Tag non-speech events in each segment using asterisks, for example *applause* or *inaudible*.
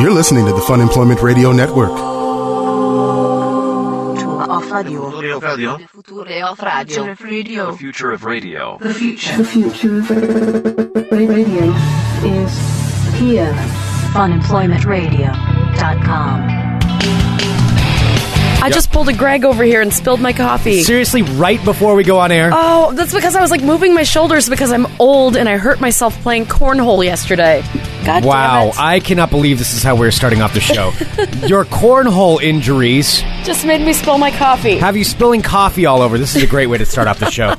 You're listening to the Fun Employment Radio Network. Future of radio. Future Future of of radio. radio. The future of radio. The future. The future of radio is here. Funemploymentradio.com. I just pulled a Greg over here and spilled my coffee. Seriously, right before we go on air. Oh, that's because I was like moving my shoulders because I'm old and I hurt myself playing cornhole yesterday. God wow, *laughs* damn I cannot believe this is how we're starting off the *laughs* show. Your cornhole injuries it. Just made me spill my coffee. have you spilling coffee all over. This is a great way to start off the *laughs* show.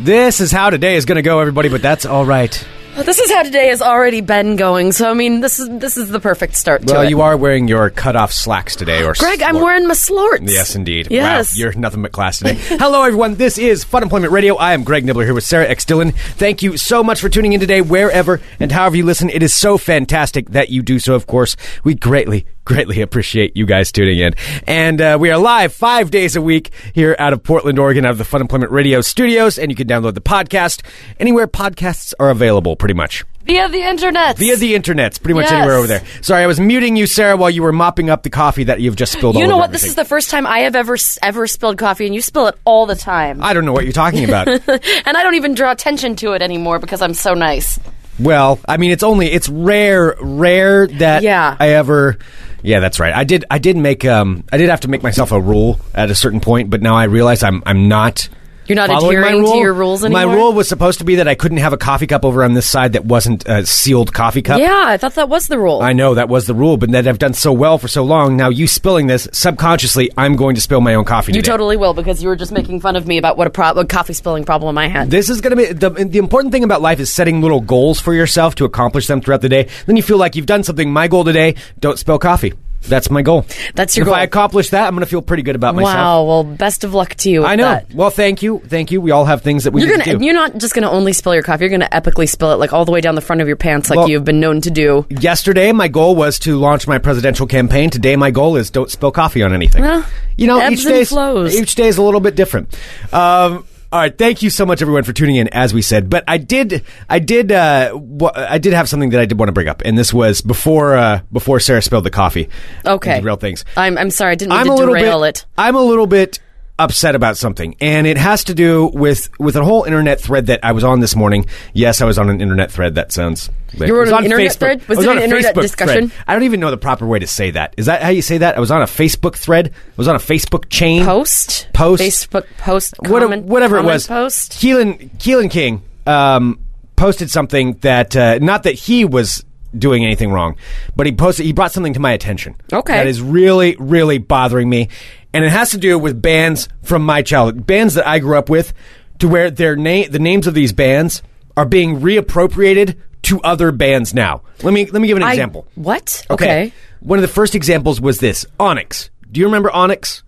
This is how today is going to go, everybody, but that's all right. This is how today has already been going. So I mean, this is this is the perfect start to Well, it. you are wearing your cutoff slacks today, or Greg, I'm slor- wearing my slorts. Yes, indeed. Yes. Wow, you're nothing but class today. *laughs* Hello, everyone. This is Fun Employment Radio. I am Greg Nibbler here with Sarah X. Dillon. Thank you so much for tuning in today, wherever and however you listen. It is so fantastic that you do so, of course. We greatly, greatly appreciate you guys tuning in. And uh, we are live five days a week here out of Portland, Oregon, out of the Fun Employment Radio studios. And you can download the podcast anywhere podcasts are available, pretty much. Via the internet. Via the internet's pretty much Yes. anywhere over there. Sorry, I was muting you, Sarah, while you were mopping up the coffee that you've just spilled all You know over what? This everything. is the first time I have ever s- ever spilled coffee, and you spill it all the time. I don't know what you're talking *laughs* about. and I don't even draw attention to it anymore because I'm so nice. Well, I mean, it's only it's rare, rare that Yeah. I ever. Yeah, that's right. I did. I did make. Um, I did have to make myself a rule at a certain point, but now I realize I'm. I'm not. You're not following my adhering to rule. your rules My anymore? rule was supposed to be that I couldn't have a coffee cup over on this side that wasn't a sealed coffee cup. Yeah, I thought that was the rule. I know that was the rule, but that I've done so well for so long. Now you spilling this subconsciously, I'm going to spill my own coffee. You today. totally will because you were just making fun of me about what a, pro- a coffee spilling problem I had. This is going to be the, the important thing about life is setting little goals for yourself to accomplish them throughout the day. Then you feel like you've done something. My goal today: don't spill coffee. That's my goal. That's your if goal. If I accomplish that, I'm going to feel pretty good about myself. wow. Well, best of luck to you. with I know. that. Well, thank you, thank you. We all have things that we You're need gonna. to do. You're not just gonna only spill your coffee. You're gonna epically spill it like all the way down the front of your pants, like Well- you've been known to do. Yesterday, my goal was to launch my presidential campaign. Today, my goal is don't spill coffee on anything. Well, you know, ebbs each and day flows. each day is a little bit different. Um, all right, thank you so much, everyone, for tuning in. As we said, but I did, I did, uh, w- I did have something that I did want to bring up, and this was before uh, before Sarah spilled the coffee. Okay. Did real things. I'm. I'm sorry. I didn't mean I'm to a little derail bit. it. I'm a little bit upset about something, and it has to do with with a whole internet thread that I was on this morning. Yes, I was on an internet thread. That sounds. You were It was on an internet Facebook. thread? I Was was it on an a internet Facebook discussion? thread. I don't even know the proper way to say that. Is that how you say that? I was on a Facebook thread. I was on a Facebook chain Post. Post. Facebook post. What- comment- whatever it comment was. Post. Keelan Keelan King um, posted something that uh, not that he was doing anything wrong, but he posted he brought something to my attention. Okay. that is really really bothering me, and it has to do with bands from my childhood, bands that I grew up with, to where their name the names of these bands are being reappropriated to other bands now. Let me let me give an I- example. what? Okay. One of the first examples was this Onyx. Do you remember Onyx?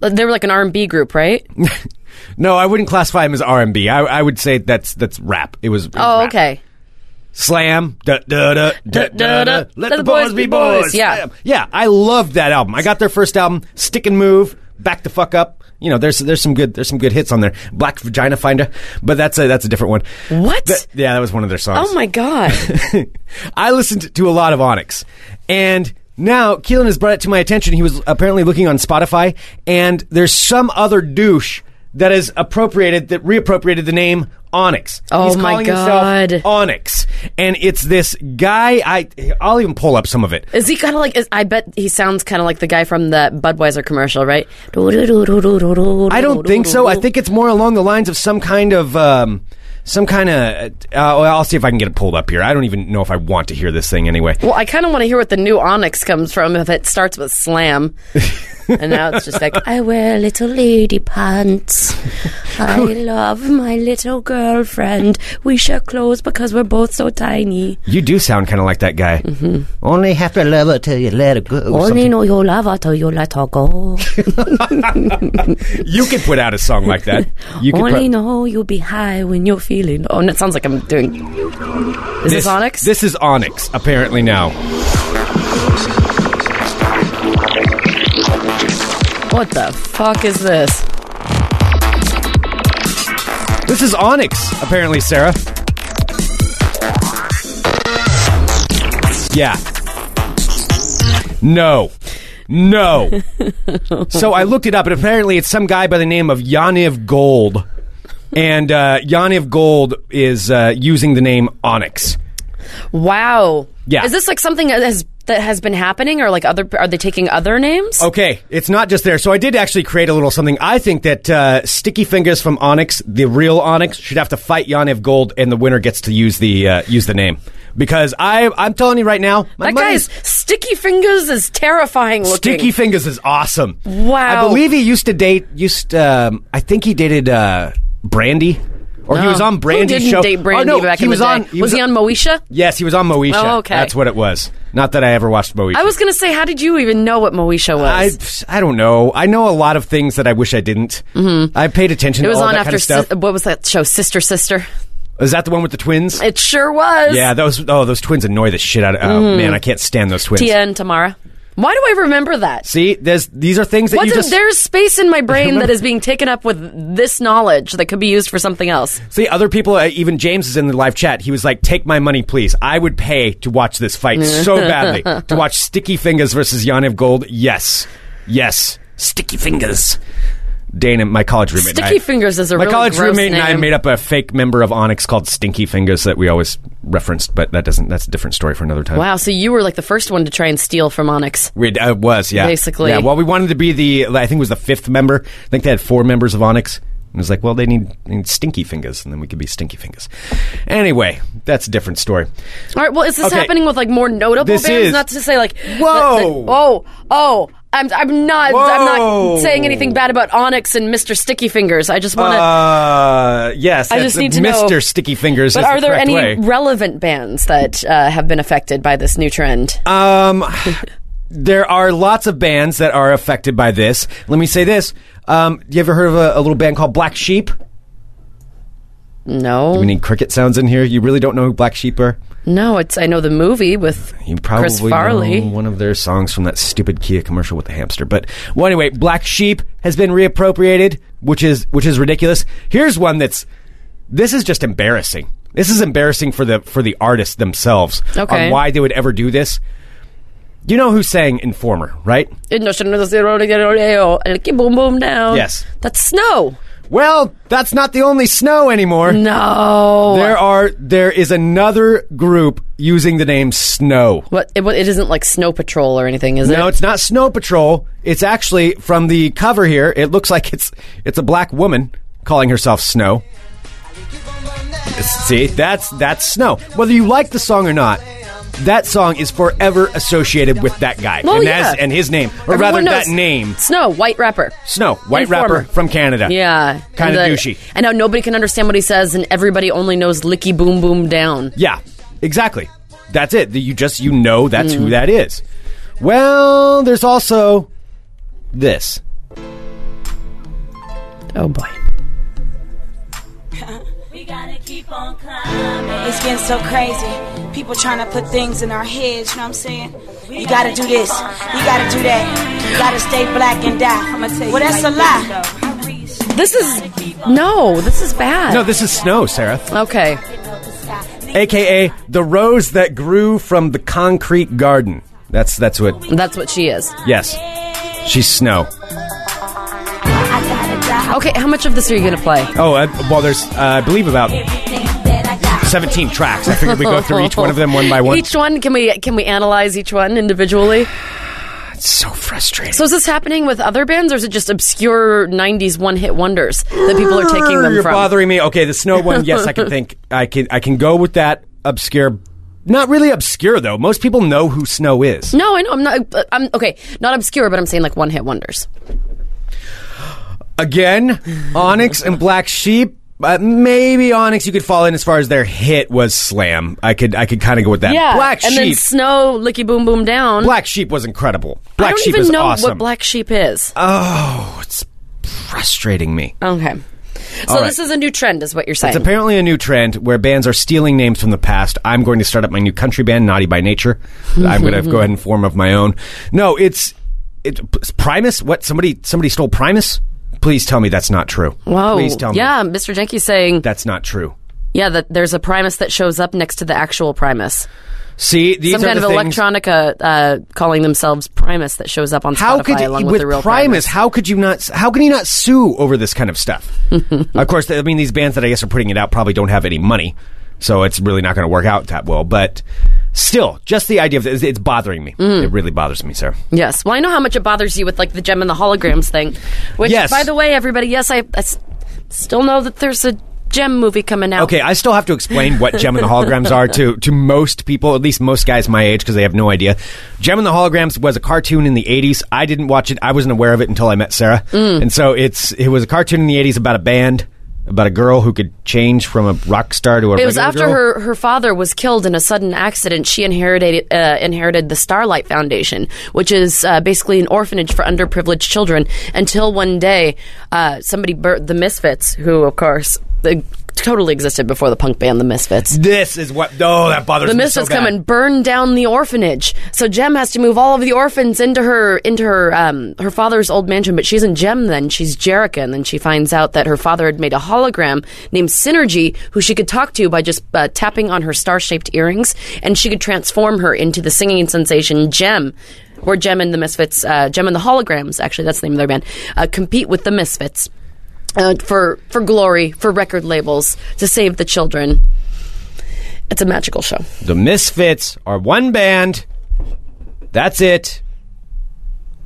They were like an R&B group, right? Mm, No, I wouldn't classify him as R and I I would say that's that's rap. It was. it was Oh, rap. okay. Slam. Da, da, da, da, da, da. Let the boys be boys. Yeah. Slam. yeah. I loved that album. I got their first album, Stick and Move, Back the Fuck Up. You know, there's there's some good there's some good hits on there. Black Vagina Finder, but that's a that's a different one. What? That- yeah, that was one of their songs. Oh *laughs* my god. I listened to a lot of Onyx, and now Keelan has brought it to my attention. He was apparently looking on Spotify, and there's some other douche that has appropriated that reappropriated the name Onyx. Oh He's my calling God. Himself Onyx, and it's this guy. I I'll even pull up some of it. Is he kind of like? Is, I bet he sounds kind of like the guy from the Budweiser commercial, right? I I don't think so. I think it's more along the lines of some kind of. Um, some kind of. Uh, well, I'll see if I can get it pulled up here. I don't even know if I want to hear this thing anyway. Well, I kind of want to hear what the new Onyx comes from. If it starts *laughs* with slam, and now it's just like I wear little *laughs* lady pants. I love my little girlfriend. We share clothes because we're both so tiny. You do sound kind of like that guy. Mm-hmm. Only have to love her till you let her go. or something. know you love her till you let her go. You could put out a song like *laughs* that. You could pro- know you'll be high when you're feeling. Oh, and it sounds like I'm doing. Is this, Onyx? This is Onyx, apparently now. What the fuck is this? This is Onyx, apparently, Sarah. Yeah. No. *laughs* No. so I looked it up, and apparently it's some guy by the name of Yaniv Gold. And uh, Yaniv Gold is uh, using the name Onyx. Wow. Yeah. Is this like something that has that has been happening, or like other? Are they taking other names? Okay, it's not just there. So I did actually create a little something. I think that uh, Sticky Fingers from Onyx, the real Onyx, should have to fight Yaniv Gold, and the winner gets to use the uh, use the name. Because I, I'm telling you right now, my That money's- guy's sticky fingers is terrifying looking. Sticky Fingers is awesome. Wow. I believe he used to date. Used um, I think he dated uh, Brandy, or he was on Brandy's Oh. Who didn't show. date Brandy oh, no, back he in was the day. on. was, he on Moesha? Yes, he was on Moesha. Oh, okay. That's what it was. Not that I ever watched Moesha. I was gonna say, how did you even know what Moesha I, was? I don't know. I know a lot of things that I wish I didn't. Mm-hmm. I paid attention it was to all on that after kind of stuff. si- what was that show? Sister, sister. Is that the one with the twins? It sure was. yeah, those oh those twins annoy the shit out of oh, man, I can't stand those twins. Mm-hmm. Tia and Tamara. Why do I remember that? See, there's these are things that What's you in- just there's space in my *laughs* brain that is being taken up with this knowledge that could be used for something else. see other people uh, even James is in the live chat. He was like, "Take my money, please. I would pay to watch this fight so *laughs* badly. to watch Sticky Fingers versus Yaniv Gold. Yes. Yes. Sticky Fingers." Dana, my college roommate. and Sticky I- Fingers is a My really college gross roommate and I name. made up a fake member of Onyx called Stinky Fingers that we always referenced, but that doesn't. That's a different story for another time. Wow, so you were like the first one to try and steal from Onyx. We uh, was yeah Basically. yeah. Well, we wanted to be the I think it was the fifth member. I think they had four members of Onyx. And it was like, well, they need, they need stinky fingers, and then we could be stinky fingers. Anyway, that's a different story. All right, well, is this Okay. happening with like more notable This bands? is- Not to say like, Whoa. that- that- oh, oh. I'm, I'm not I'm Whoa. not saying anything bad about Onyx and Mr. Sticky Fingers. I just want to. Uh, yes, I that's just the need to Mr. know- Sticky Fingers. but is are the there correct any way. relevant bands that uh, have been affected by this new trend? Um, there are lots of bands that are affected by this. Let me say this. Um, you ever heard of a, a little band called Black Sheep? no, We need cricket sounds in here. You really don't know who Black Sheep are? no. It's I know the movie with You probably Chris Farley. know one of their songs from that stupid Kia commercial with the hamster. But well, anyway, Black Sheep has been reappropriated, which is which is ridiculous. Here's one that's this is just embarrassing. This is embarrassing for the for the artists themselves Okay. on why they would ever do this. You know who sang Informer, right? boom boom down. Yes. that's snow. Well, that's not the only snow anymore. No, There are there is another group using the name Snow. What it, what- it isn't like Snow Patrol or anything, is No, it? it's not Snow Patrol. It's actually from the cover here. It looks like it's it's a black woman calling herself Snow. See, that's that's Snow. Whether you like the song or not, that song is forever associated with that guy Well, and yeah. that's- and his name, or Everyone rather knows that name, Snow, white rapper. Snow, white Informer. rapper from Canada. Yeah, Kinda And the- douchey. And now nobody can understand what he says, and everybody only knows "Licky Boom Boom Down." Yeah, exactly. That's it. You just you know that's who that is. Well, there's also this. Oh boy. We gotta keep on climbing. It's getting so crazy. People trying to put things in our heads, you know what I'm saying? You gotta do this. You gotta do that. You gotta stay black and die. well, that's a lie. This is no. This is bad. No, this is Snow, Sarah. okay. aka the rose that grew from the concrete garden. That's that's what. That's what she is. Yes, she's Snow. I gotta die. Okay, how much of this are you gonna play? Oh, uh, well, there's uh, I believe about Everything that I got. 17 tracks. I figured we go through each one of them one by one. *laughs* Each one can we can we analyze each one individually? It's so frustrating. So is this happening with other bands, or is it just obscure '90s one-hit wonders that people are taking them You're from? bothering me. Okay, the Snow one. Yes, *laughs* I can think. I can I can go with that obscure. Not really obscure though. Most people know who Snow is. No, I know. I'm not. uh, I'm okay. Not obscure, but I'm saying like one-hit wonders. Again, Onyx and Black Sheep. Uh, maybe Onyx, you could fall in as far as their hit was Slam. I could, I could kind of go with that. Black and Sheep. then Snow, Licky Boom Boom Down. Black Sheep was incredible. Black I don't Sheep even is know awesome. what Black Sheep is. oh, it's frustrating me. okay. So right. this is a new trend, is what you're saying. It's apparently a new trend where bands are stealing names from the past. I'm going to start up my new country band, Naughty by Nature. I'm going to go ahead and form of my own. No, it's it, Primus. What somebody somebody stole Primus? Please tell me that's not true. Whoa. Please tell me yeah, Mr. Jenke's saying that's not true. Yeah, that there's a Primus that shows up next to the actual Primus. See, these Some are kind the of things. electronica uh, calling themselves Primus that shows up on how Spotify could along you, with, with the real Primus? How could you not? How can you not sue over this kind of *laughs* stuff? of course, I mean these bands that I guess are putting it out probably don't have any money, so it's really not going to work out that well. But still, just the idea of this, it's bothering me. Mm. It really bothers me, sir. Yes. Well, I know how much it bothers you with like the gem and the holograms thing. Which, Yes. by the way, everybody, yes, I, I s- still know that there's a gem movie coming out. Okay, I still have to explain what Gem and the Holograms are to, to most people, at least most guys my age, because they have no idea. Gem and the Holograms was a cartoon in the 80s. I didn't watch it. I wasn't aware of it until I met Sarah. Mm. And so it's it was a cartoon in the 80s about a band, about a girl who could change from a rock star to a It was regular after girl. her, her father was killed in a sudden accident. She inherited uh, inherited the Starlight Foundation, which is uh, basically an orphanage for underprivileged children. Until one day, uh, somebody bur- the Misfits, who of course they totally existed before the punk band the Misfits. This is what. Oh, that bothers The me. Misfits so bad. come and burn down the orphanage. So Jem has to move all of the orphans into her into her um, her father's old mansion. But she isn't Jem then; she's Jerica. And then she finds out that her father had made a hologram named Synergy, who she could talk to by just uh, tapping on her star shaped earrings, and she could transform her into the singing sensation Jem. Where Jem and the Misfits, uh, Jem and the Holograms, actually, that's the name of their band, uh, compete with the Misfits uh, for for glory, for record labels, to save the children. It's a magical show. The Misfits are one band. That's it.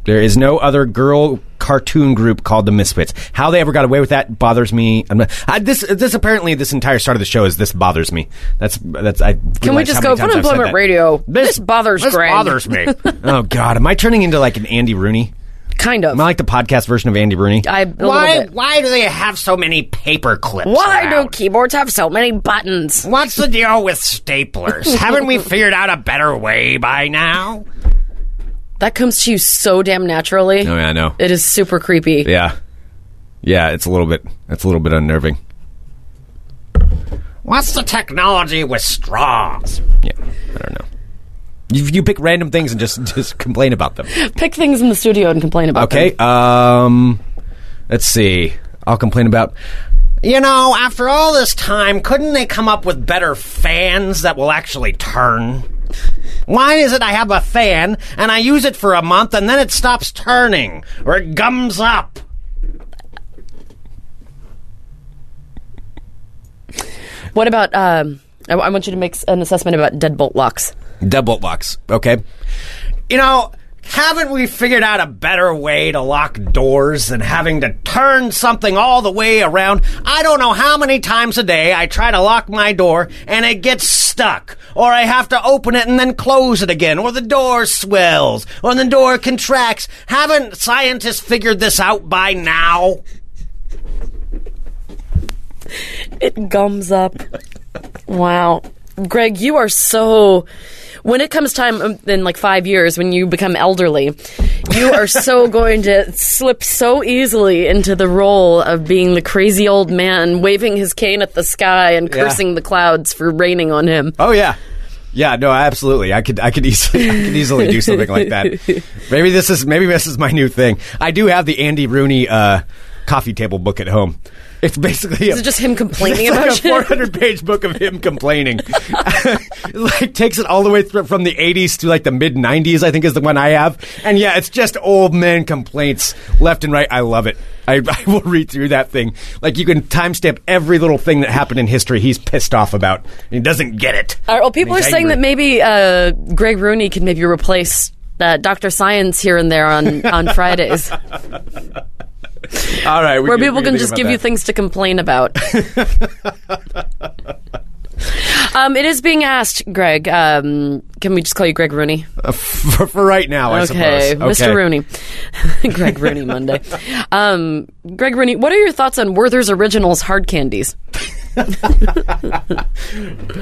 There is no other girl cartoon group called the Misfits. How they ever got away with that bothers me. I'm not, I, this this apparently this entire start of the show is this bothers me. That's that's I. Can we just go for unemployment radio? This, bothers This Greg. bothers *laughs* me. oh God, am I turning into like an Andy Rooney? Kind of. Am I like the podcast version of Andy Rooney? I- a little why bit. why do they have so many paper clips? Why do around? keyboards have so many buttons? What's the deal with staplers? Haven't we figured out a better way by now? That comes to you so damn naturally. Oh, yeah, I know. It is super creepy. Yeah. Yeah, it's a little bit it's a little bit unnerving. What's the technology with straws? Yeah, I don't know. You, you pick random things and just *laughs* just complain about them. Pick things in the studio and complain about Okay. them. Um let's see. I'll complain about you know, after all this time, couldn't they come up with better fans that will actually turn? Why is it I have a fan and I use it for a month and then it stops turning or it gums up? What about, um, I, I want you to make s- an assessment about deadbolt locks. Deadbolt locks. Okay. You know, haven't we figured out a better way to lock doors than having to turn something all the way around? I don't know how many times a day I try to lock my door and it gets stuck, or I have to open it and then close it again, or the door swells, or the door contracts. Haven't scientists figured this out by now? It gums up. wow. Greg, you are so. When it comes time um, in like five years, when you become elderly, you *laughs* are so going to slip so easily into the role of being the crazy old man waving his cane at the sky and Yeah. cursing the clouds for raining on him. Oh yeah. Yeah, no, absolutely. I could, I could easily, I could easily do something like *laughs* that. Maybe this is, maybe this is my new thing. I do have the Andy Rooney uh, coffee table book at home. It's basically Is it just him complaining *laughs* it's about like a shit? 400 page book of him complaining. *laughs* like takes it all the way through from the 80s to like the mid 90s. I think is the one I have. And yeah, it's just old man complaints left and right. I love it. I, *laughs* I will read through that thing. Like you can timestamp every little thing that happened in history. He's pissed off about. He doesn't get it. All right, well, people are And he's saying angry. that maybe uh, Greg Rooney could maybe replace uh, Dr. Science here and there on, on Fridays, All right, we where can- people we can think just about give you that. things to complain about. um, it is being asked, Greg. Um, can we just call you Greg Rooney? *laughs* for, for right now. I okay, suppose. Mr. Rooney. *laughs* Greg Rooney Monday. Um, Greg Rooney, what are your thoughts on Werther's Originals hard candies?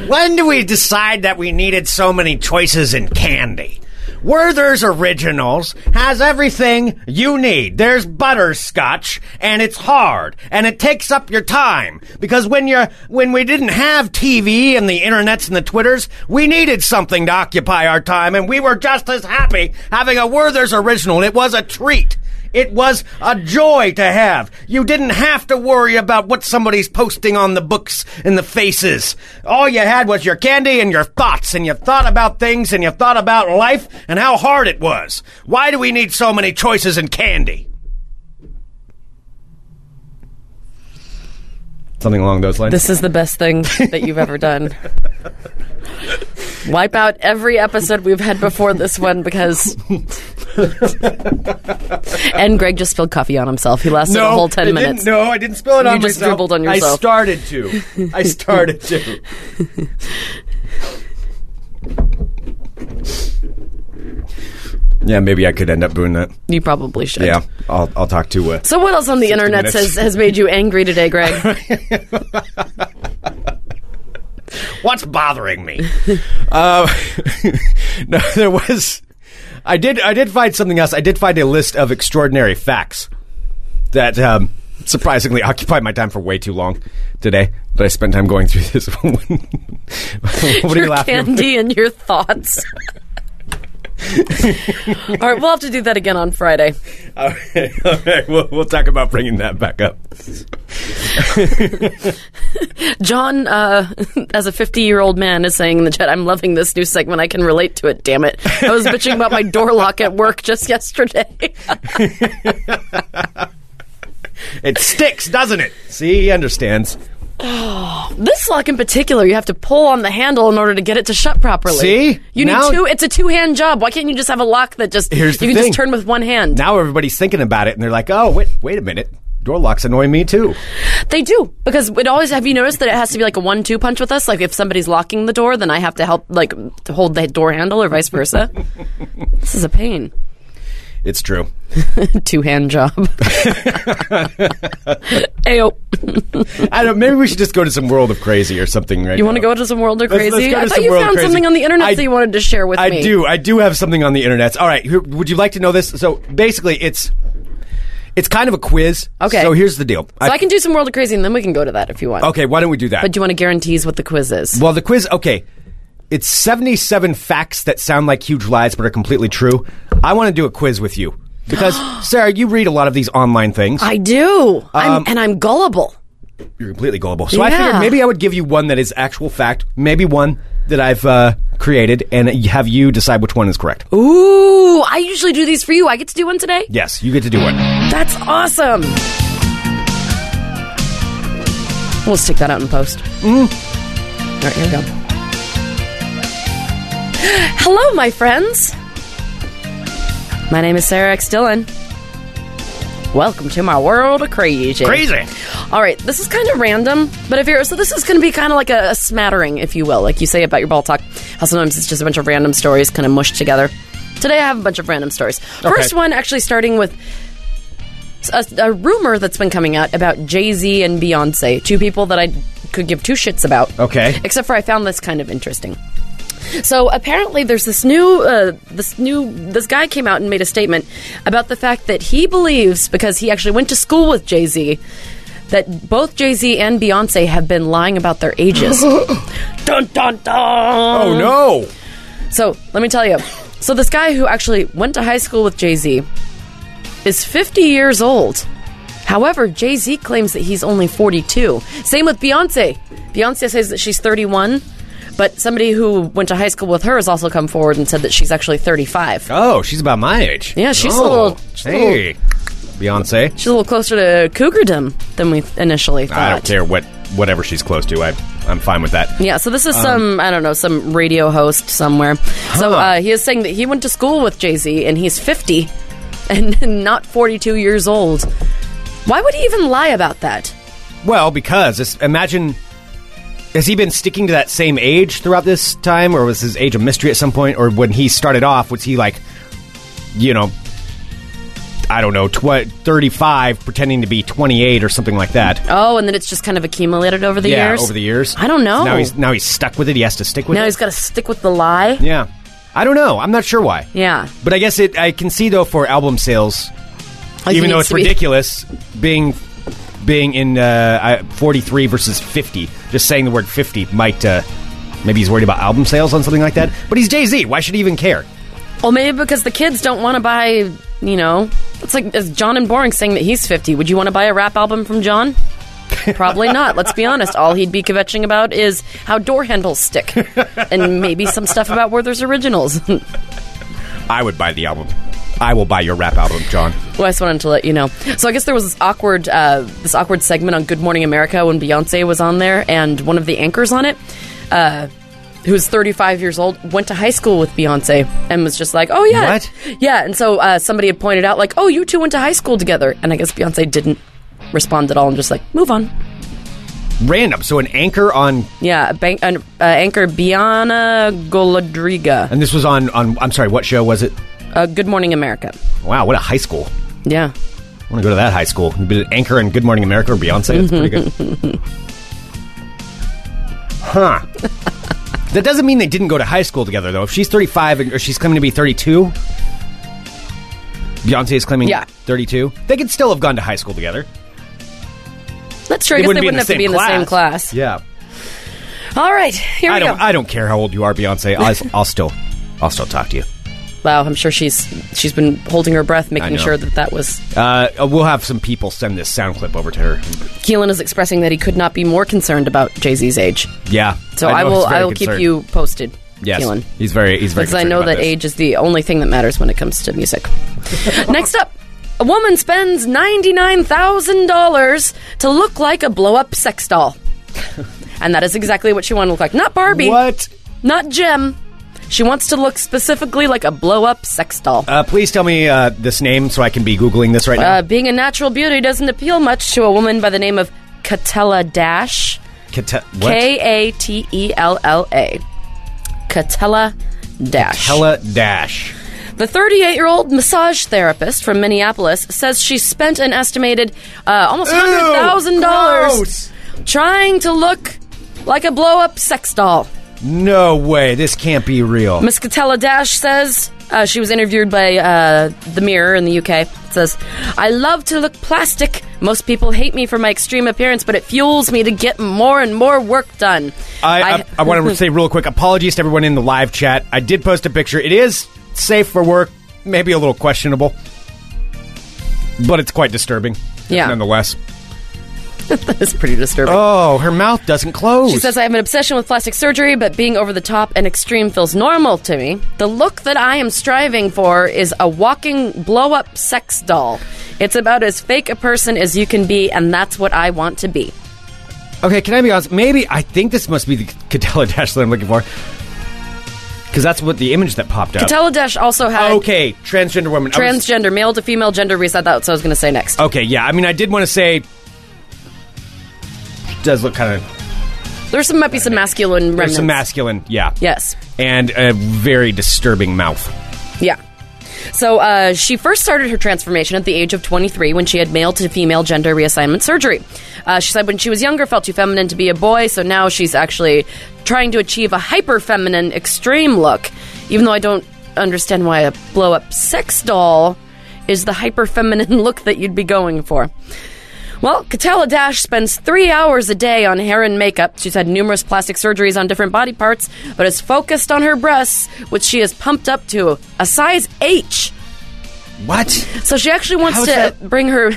When do we decide that we needed so many choices in candy? Werther's Originals has everything you need. There's butterscotch, and it's hard, and it takes up your time. Because when you're, when we didn't have TV and the internets and the Twitters, we needed something to occupy our time, and we were just as happy having a Werther's Original. It was a treat. It was a joy to have. You didn't have to worry about what somebody's posting on the books and the faces. All you had was your candy and your thoughts, and you thought about things and you thought about life and how hard it was. Why do we need so many choices and candy? Something along those lines. This is the best thing that you've *laughs* ever done. Wipe out every episode we've had before this *laughs* one because. and Greg just spilled coffee on himself. He lasted a whole 10 I minutes. Didn't, no, I didn't spill it You on just myself. dribbled on I yourself. started to. I *laughs* started to. yeah, maybe I could end up doing that. You probably should. Yeah, I'll, I'll talk to. Uh, So, what else on the internet minutes. has, has made you angry *laughs* today, Greg? What's bothering me? *laughs* uh, *laughs* no, there was. I did. I did find something else. I did find a list of extraordinary facts that um, surprisingly *laughs* occupied my time for way too long today. That I spent time going through *laughs* this one. what are you your laughing? at? candy and *laughs* your thoughts. All right, we'll have to do that again on Friday. *laughs* All right, all right. We'll, we'll talk about bringing that back up. John, uh, *laughs* as a 50 year old man, is saying in the chat, I'm loving this new segment. I can relate to it, damn it. I was bitching about my door lock at work just yesterday. *laughs* It sticks, doesn't it? See, he understands. this lock in particular, you have to pull on the handle in order to get it to shut properly. See? You need Now- two, it's a two hand job. Why can't you just have a lock that just, Here's the you can thing. just turn with one hand? Now everybody's thinking about it, and they're like, "Oh, wait, wait a minute. Door locks annoy me too." They do because it always. Have you noticed that it has to be like a one-two punch with us? Like if somebody's locking the door, then I have to help, like to hold the door handle, or vice *laughs* versa. this is a pain. It's true. Two-hand job. *laughs* Ayo, I don't. Maybe we should just go to some world of crazy or something, right? you want to go to some world of Let's- crazy? let's go to I thought some you world of found crazy. something on the internet I- that you wanted to share with I me. do. I do have something on the internet. All right. here- Would you like to know this? So basically, it's it's kind of a quiz. Okay. So here's the deal. So I can do some world of crazy, and then we can go to that if you want. okay. Why don't we do that? But do you want to guarantees what the quiz is? Well, the quiz, okay. It's 77 facts that sound like huge lies but are completely true. I want to do a quiz with you *gasps* because, Sarah, you read a lot of these online things. I do, Um, I'm, and I'm gullible. You're completely gullible. So I Yeah. figured maybe I would give you one that is actual fact, maybe one that I've uh, created, and have you decide which one is correct. Ooh, I usually do these for you. I get to do one today. Yes, you get to do one. That's awesome. We'll stick that out in post. All right, here we go. Hello, my friends. My name is Sarah X. Dillon. Welcome to my world of crazy. Crazy. All right, this is kind of random, but if you're so, this is going to be kind of like a, a smattering, if you will, like you say about your ball talk. How sometimes it's just a bunch of random stories kind of mushed together. Today, I have a bunch of random stories. First one, actually, starting with a, a rumor that's been coming out about Jay Z and Beyonce, two people that I could give two shits about. Okay. *laughs* Except for I found this kind of interesting. So apparently, there's this new, uh, this new, this guy came out and made a statement about the fact that he believes because he actually went to school with Jay Z. That both Jay Z and Beyonce have been lying about their ages. dun dun dun! Oh, no. So let me tell you. So this guy who actually went to high school with Jay Z is 50 years old. However, Jay Z claims that he's only 42. Same with Beyonce. Beyonce says that she's 31, but somebody who went to high school with her has also come forward and said that she's actually 35. Oh, she's about my age. Yeah, she's a Oh, little- she's a little- hey, Beyonce. She's a little closer to cougardom than we initially thought. I don't care what whatever she's close to. I I'm fine with that. Yeah, so Um, this is some I don't know some radio host somewhere. So uh, he is saying that he went to school with Jay Z and he's fifty and *laughs* not forty two years old. Why would he even lie about that? Well, because it's, imagine has he been sticking to that same age throughout this time, or was his age a mystery at some point, or when he started off was he like, you know, I don't know, tw- thirty five, pretending to be twenty eight or something like that. Oh, and then it's just kind of accumulated over the yeah, years. over the years. I don't know. Now he's now he's stuck with it. He has to stick with now it. he's got to stick with the lie. yeah, I don't know. I'm not sure why. Yeah, But I guess it. I can see though for album sales, Like, he even though needs it's to be- ridiculous, being being in uh, I- 43 versus 50. Just saying the word 50 might. Uh, maybe he's worried about album sales on something like that. But he's Jay Z. Why should he even care? Well, maybe because the kids don't want to buy you know It's like it's John and Boring saying that he's 50. Would you want to buy a rap album from John? Probably not. Let's be honest. All he'd be kvetching about is how door handles stick, and maybe some stuff about Werther's originals. *laughs* I would buy the album. I will buy your rap album, John. Well, I just wanted to let you know. So I guess there was this awkward, uh, this awkward segment on Good Morning America when Beyonce was on there, and one of the anchors on it, uh, who was 35 years old, went to high school with Beyonce and was just like, "Oh yeah, What? yeah." And so uh, somebody had pointed out, like, "Oh, you two went to high school together," and I guess Beyonce didn't respond at all and just like move on. Random. So an anchor on, Yeah, a bank, an, uh, anchor Biana Golodriga, and this was on on. I'm sorry, what show was it? uh, Good Morning America. Wow, what a high school. Yeah, I want to go to that high school. You Be an anchor in Good Morning America or Beyonce. That's pretty good. *laughs* huh. That doesn't mean they didn't go to high school together, though. If she's 35 and- or she's claiming to be 32, Beyonce is claiming Yeah. 32, they could still have gone to high school together. that's true. I guess they wouldn't have to be in the same class. Yeah. All right, here we I don't go. I don't care how old you are, Beyonce. I'll, I'll still I'll still talk to you. Wow, I'm sure she's she's been holding her breath, making know. sure that that was. Uh, we'll have some people send this sound clip over to her. Keelan is expressing that he could not be more concerned about Jay Z's age. Yeah. So know I, will he's very I will keep concerned. you posted, Yes. Keelan, He's very he's very because I concerned know about that this. age is the only thing that matters when it comes to music. *laughs* Next up, a woman spends ninety nine thousand dollars to look like a blow up sex doll, *laughs* and that is exactly what she wanted to look like. Not Barbie, What? not Jem. She wants to look specifically like a blow up sex doll. Uh, please tell me uh, this name so I can be googling this right Uh, now. being a natural beauty doesn't appeal much to a woman by the name of Catella Dash. Kate- what? K A T E L L A. Catella Dash. Hella Dash. The 38 year old massage therapist from Minneapolis says she spent an estimated uh, almost $100,000 gross. trying to look like a blow up sex doll. No way. This can't be real. Miss Catella Dash says uh, she was interviewed by uh, The Mirror in the UK. It says, "I love to look plastic. Most people hate me for my extreme appearance, but it fuels me to get more and more work done." I, I, *laughs* I, want to say real quick apologies to everyone in the live chat. I did post a picture. It is safe for work, maybe a little questionable, but it's quite disturbing. Yeah. Nonetheless. it's pretty disturbing. Oh, her mouth doesn't close. She says, I have an obsession with plastic surgery, but being over the top and extreme feels normal to me. The look that I am striving for is a walking blow up sex doll. It's about as fake a person as you can be, and that's what I want to be. Uh, Okay, can I be honest? Maybe I think this must be the Cadella Dash that I'm looking for. Because that's what the image that popped up. Catella Dash also had okay, transgender woman. I was- transgender, male to female gender reset. That's what I was going to say next. okay, yeah. I mean, I did want to say. Does look kind of. There's some might be some masculine remnants. There's some masculine, yeah. Yes. And a very disturbing mouth. Yeah. So uh, she first started her transformation at the age of 23 when she had male to female gender reassignment surgery. Uh, she said when she was younger, felt too feminine to be a boy, so now she's actually trying to achieve a hyper feminine, extreme look. Even though I don't understand why a blow up sex doll is the hyper feminine *laughs* look that you'd be going for. Well, Catella Dash spends three hours a day on hair and makeup. She's had numerous plastic surgeries on different body parts, but is focused on her breasts, which she has pumped up to a size H. What? So she actually wants How's to that- bring her.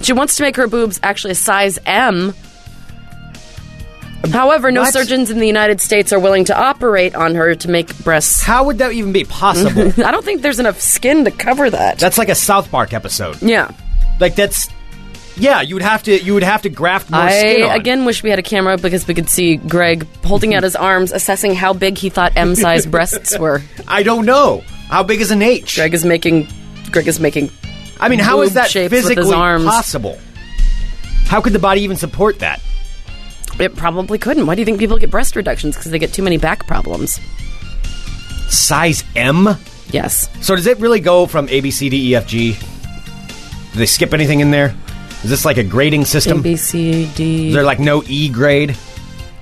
She wants to make her boobs actually a size M. However, no What? surgeons in the United States are willing to operate on her to make breasts. How would that even be *laughs* possible? I don't think there's enough skin to cover that. that's like a South Park episode. yeah. Like that's. Yeah, you would have to. You would have to graft more skin I on. again wish we had a camera because we could see Greg holding out his arms, assessing how big he thought *laughs* M size breasts were. I don't know how big is an H. Greg is making. Greg is making. I mean, how is boob that shapes with his physically arms. possible? How could the body even support that? It probably couldn't. Why do you think people get breast reductions? Because they get too many back problems. Size M? Yes. So does it really go from A B C D E F G? Do they skip anything in there? Is this like a grading A system? B C D. E Is there like no E grade?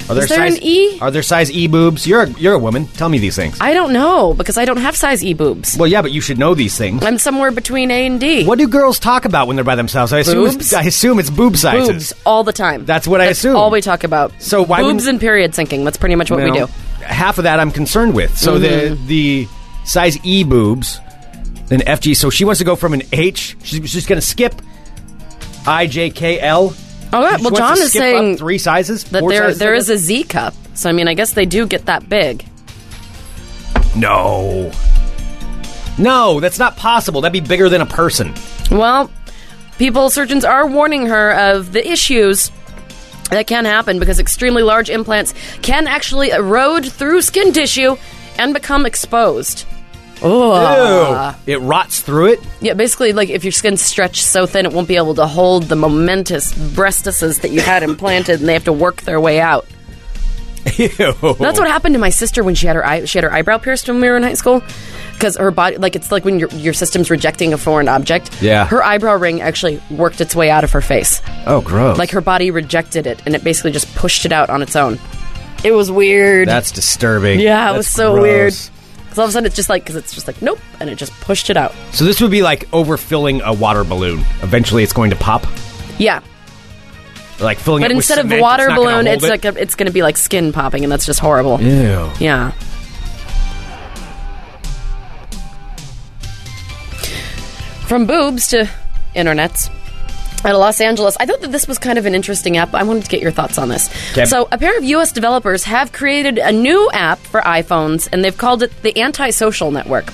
Are there Is there an size E? Are there size E boobs? You're a, you're a woman. Tell me these things. I don't know because I don't have size E boobs. well, yeah, but you should know these things. I'm somewhere between A and D. What do girls talk about when they're by themselves? I assume Boobs? It's, I assume it's boob sizes. boobs all the time? That's what I assume. All we talk about. So why boobs wouldn't- and period syncing? That's pretty much what we Well, do. Mm-hmm. Half of that I'm concerned with. So the the size E boobs then FG. So she wants to go from an H. She's just going to skip I J K L. All right, She well, wants John to is skip up saying three sizes. that four there sizes, there I is a Z cup. So I mean, I guess they do get that big. guess? no, no. That's not possible. That'd be bigger than a person. Well, people surgeons are warning her of the issues that can happen because extremely large implants can actually erode through skin tissue and become exposed. Oh. Ew. It rots through it. *laughs* Yeah, basically like if your skin's stretched so thin it won't be able to hold the momentous breastises that you had implanted and they have to work their way out. Ew. That's what happened to my sister when she had her eye, she had her eyebrow pierced when we were in high school because her body like it's like when your your system's rejecting a foreign object. Yeah. her eyebrow ring actually worked its way out of her face. Oh, gross. Like her body rejected it and it basically just pushed it out on its own. It was weird. That's disturbing. yeah, it That's was so gross. weird. Because all of a sudden it's just like because it's just like nope, and it just pushed it out. So this would be like overfilling a water balloon. Eventually, it's going to pop. Yeah, Like filling but it instead with of cement, water it's not gonna balloon, hold it's it. like a, it's going to be like skin popping, and that's just horrible. Ew. Yeah. From boobs to internets. Out of Los Angeles, I thought that this was kind of an interesting app. I wanted to get your thoughts on this. Okay. So, a pair of U.S. developers have created a new app for iPhones, and they've called it the Antisocial Network,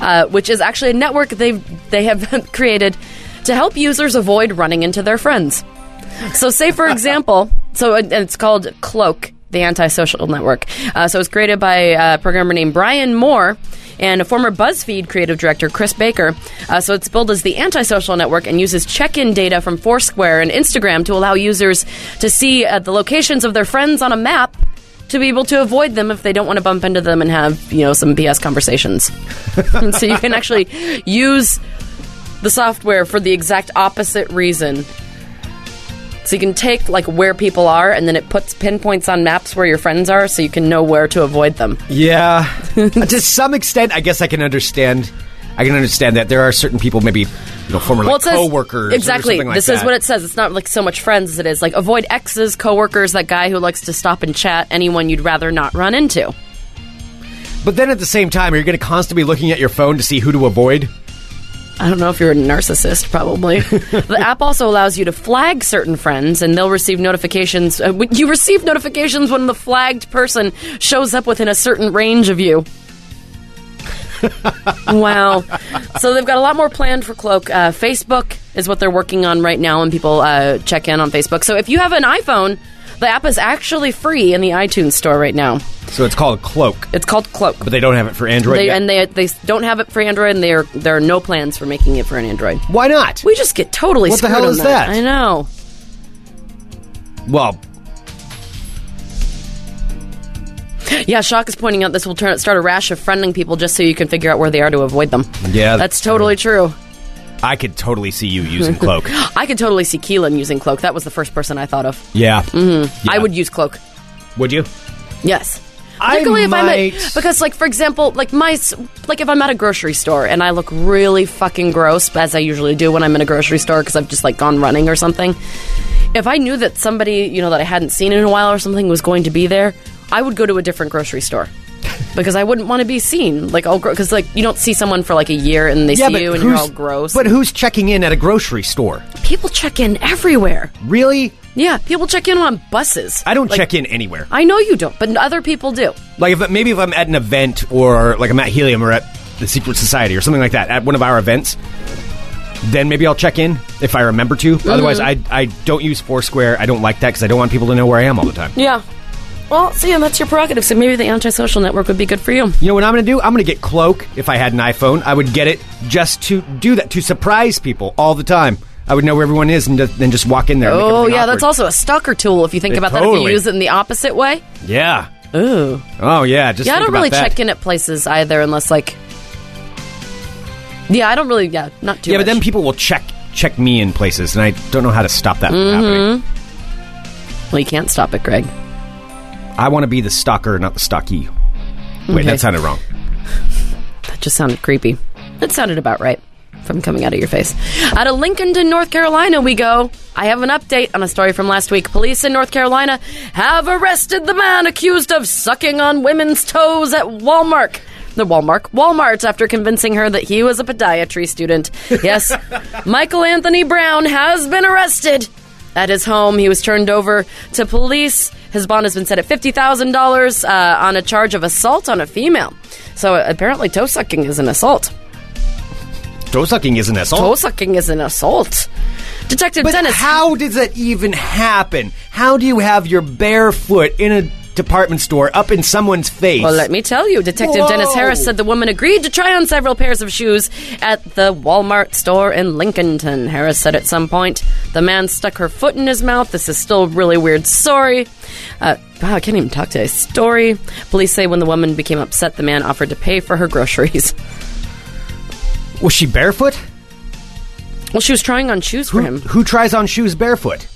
uh, which is actually a network they've they have *laughs* created to help users avoid running into their friends. So, say for example, so uh, and it's called Cloak, the antisocial network. Uh, so, it's created by a programmer named Brian Moore and a former BuzzFeed creative director, Chris Baker. Uh, so, it's billed as the antisocial network and uses check in data from Foursquare and Instagram to allow users to see uh, the locations of their friends on a map. To be able to avoid them if they don't want to bump into them and have you know some BS conversations, *laughs* so you can actually use the software for the exact opposite reason so you can take like where people are, and then it puts pinpoints on maps where your friends are, so you can know where to avoid them. Yeah. *laughs* to some extent, I guess I can understand. I can understand that there are certain people, maybe you know, former like, it says- coworkers. Exactly. Or something like this is is what it says. It's not like so much friends as it is like avoid exes, coworkers, that guy who likes to stop and chat, anyone you'd rather not run into. But then at the same time, you're going to constantly be looking at your phone to see who to avoid. I don't know if you're a narcissist, probably. the app also allows you to flag certain friends, and they'll receive notifications. Uh, when- you receive notifications when the flagged person shows up within a certain range of you. wow. So they've got a lot more planned for Cloak. Uh, Facebook is what they're working on right now, and people uh, check in on Facebook. So if you have an iPhone, the app is actually free in the iTunes store right now. So it's called Cloak, It's called Cloak. but they don't have it for Android. They, yet. and they they don't have it for Android, and they are, there are no plans for making it for an Android. Why not? We just get totally What the screwed hell on is that? I know. well, Yeah, Shock is pointing out this will turn, start a rash of friending people just so you can figure out where they are to avoid them. Yeah, that's that's totally true. I could totally see *laughs* you using Cloak. I could totally see Keelan using Cloak. That was the first person I thought of. Yeah. Mm-hmm. I would use Cloak. Would you? Yes. I Particularly if I'm might- at, because like for example, like my s- like if I'm at a grocery store and I look really fucking gross as I usually do when I'm in a grocery store because I've just like gone running or something. If I knew that somebody, you know, that I hadn't seen in a while or something was going to be there, I would go to a different *laughs* grocery store. Because I wouldn't want to be seen, like all because like you don't see someone for like a year and they see you and you're who's- all gross. But who's checking in at a grocery store? people check in everywhere. Really? Yeah, people check in on buses. I don't Like, check in anywhere. I know you don't, but other people do. like if maybe if I'm at an event or like I'm at Helium or at the Secret Society or something like that at one of our events, then maybe I'll check in if I remember to. Mm-hmm. Otherwise, I I don't use Foursquare. I don't like that because I don't want people to know where I am all the time. Yeah. Well, see, and that's your prerogative. So maybe the antisocial network would be good for you. You know what I'm going to do? I'm going to get Cloak. If I had an iPhone, I would get it just to do that to surprise people all the time. I would know where everyone is and ju- then just walk in there. and make Oh, everything yeah, awkward. that's also a stalker tool if you think It about that. If you totally- use it in the opposite way. yeah. Ooh. Oh yeah, just Yeah, I think don't about really that. check in at places either unless, like. Yeah, I don't really. Yeah, not too Yeah, but then much. people will check check me in places, and I don't know how to stop that from Mm-hmm. happening. Well, you can't stop it, Greg. I want to be the stalker, not the stocky. Wait, Okay. that sounded wrong. That just sounded creepy. That sounded about right from coming out of your face. Out of Lincolnton, North Carolina, we go. I have an update on a story from last week. Police in North Carolina have arrested the man accused of sucking on women's toes at Walmart. the Walmart. Walmart after convincing her that he was a podiatry student. Yes, Michael Anthony Brown has been arrested. At his home, he was turned over to police. His bond has been set at fifty thousand uh, dollars on a charge of assault on a female. So uh, apparently, toe sucking is an assault. Toe sucking is an Toe assault. sucking is an assault. Detective But Dennis. how does that even happen? How do you have your bare foot in a department store up in someone's face? Well, let me tell you, Detective Whoa. Dennis Harris said the woman agreed to try on several pairs of shoes at the Walmart store in Lincolnton. Harris said at some point, the man stuck her foot in his mouth. This is still really weird. Sorry. Uh, wow, I can't even talk today's story. Police say when the woman became upset, the man offered to pay for her groceries. *laughs* Was she barefoot? Well, she was trying on shoes for Who, him. who tries on shoes barefoot?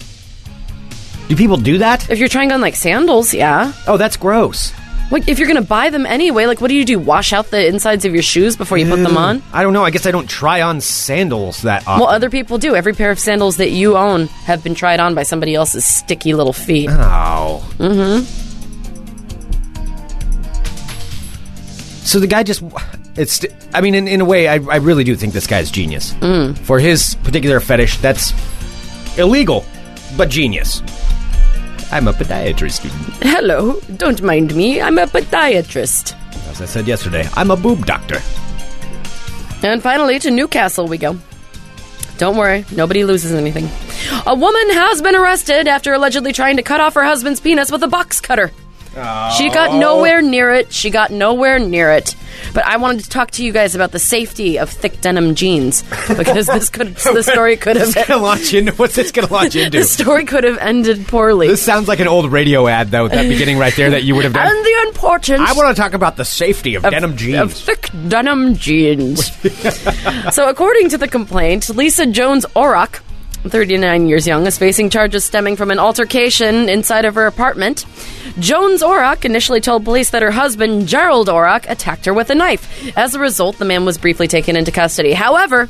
Do people do that? If you're trying on like sandals, yeah. Oh, that's gross. Like if you're gonna buy them anyway, like what do you do? Wash out the insides of your shoes before you put them on? I don't know. I guess I don't try on sandals that often. Well, other people do. Every pair of sandals that you own have been tried on by somebody else's sticky little feet. Oh. Mm-hmm. So the guy just. It's. I mean, in, in a way, I, I really do think this guy's genius. Mm. For his particular fetish, that's illegal, but genius. I'm a podiatry student. Hello, don't mind me. I'm a podiatrist. As I said yesterday, I'm a boob doctor. And finally, to Newcastle we go. Don't worry, nobody loses anything. A woman has been arrested after allegedly trying to cut off her husband's penis with a box cutter. She Oh. got nowhere near it. She got nowhere near it. But I wanted to talk to you guys about the safety of thick denim jeans because *laughs* this could the story could *laughs* This is have gonna launch into what's this gonna launch into? the story could have ended poorly. This sounds like an old radio ad, though. That beginning right there that you would have done. and the importance I want to talk about the safety of, of- denim jeans. Of thick *laughs* denim jeans. so, according to the complaint, Lisa Jones Orrock, 39 years young, is facing charges stemming from an altercation inside of her apartment. Jones Orrock initially told police that her husband, Gerald Orrock, attacked her with a knife. As a result, the man was briefly taken into custody. However,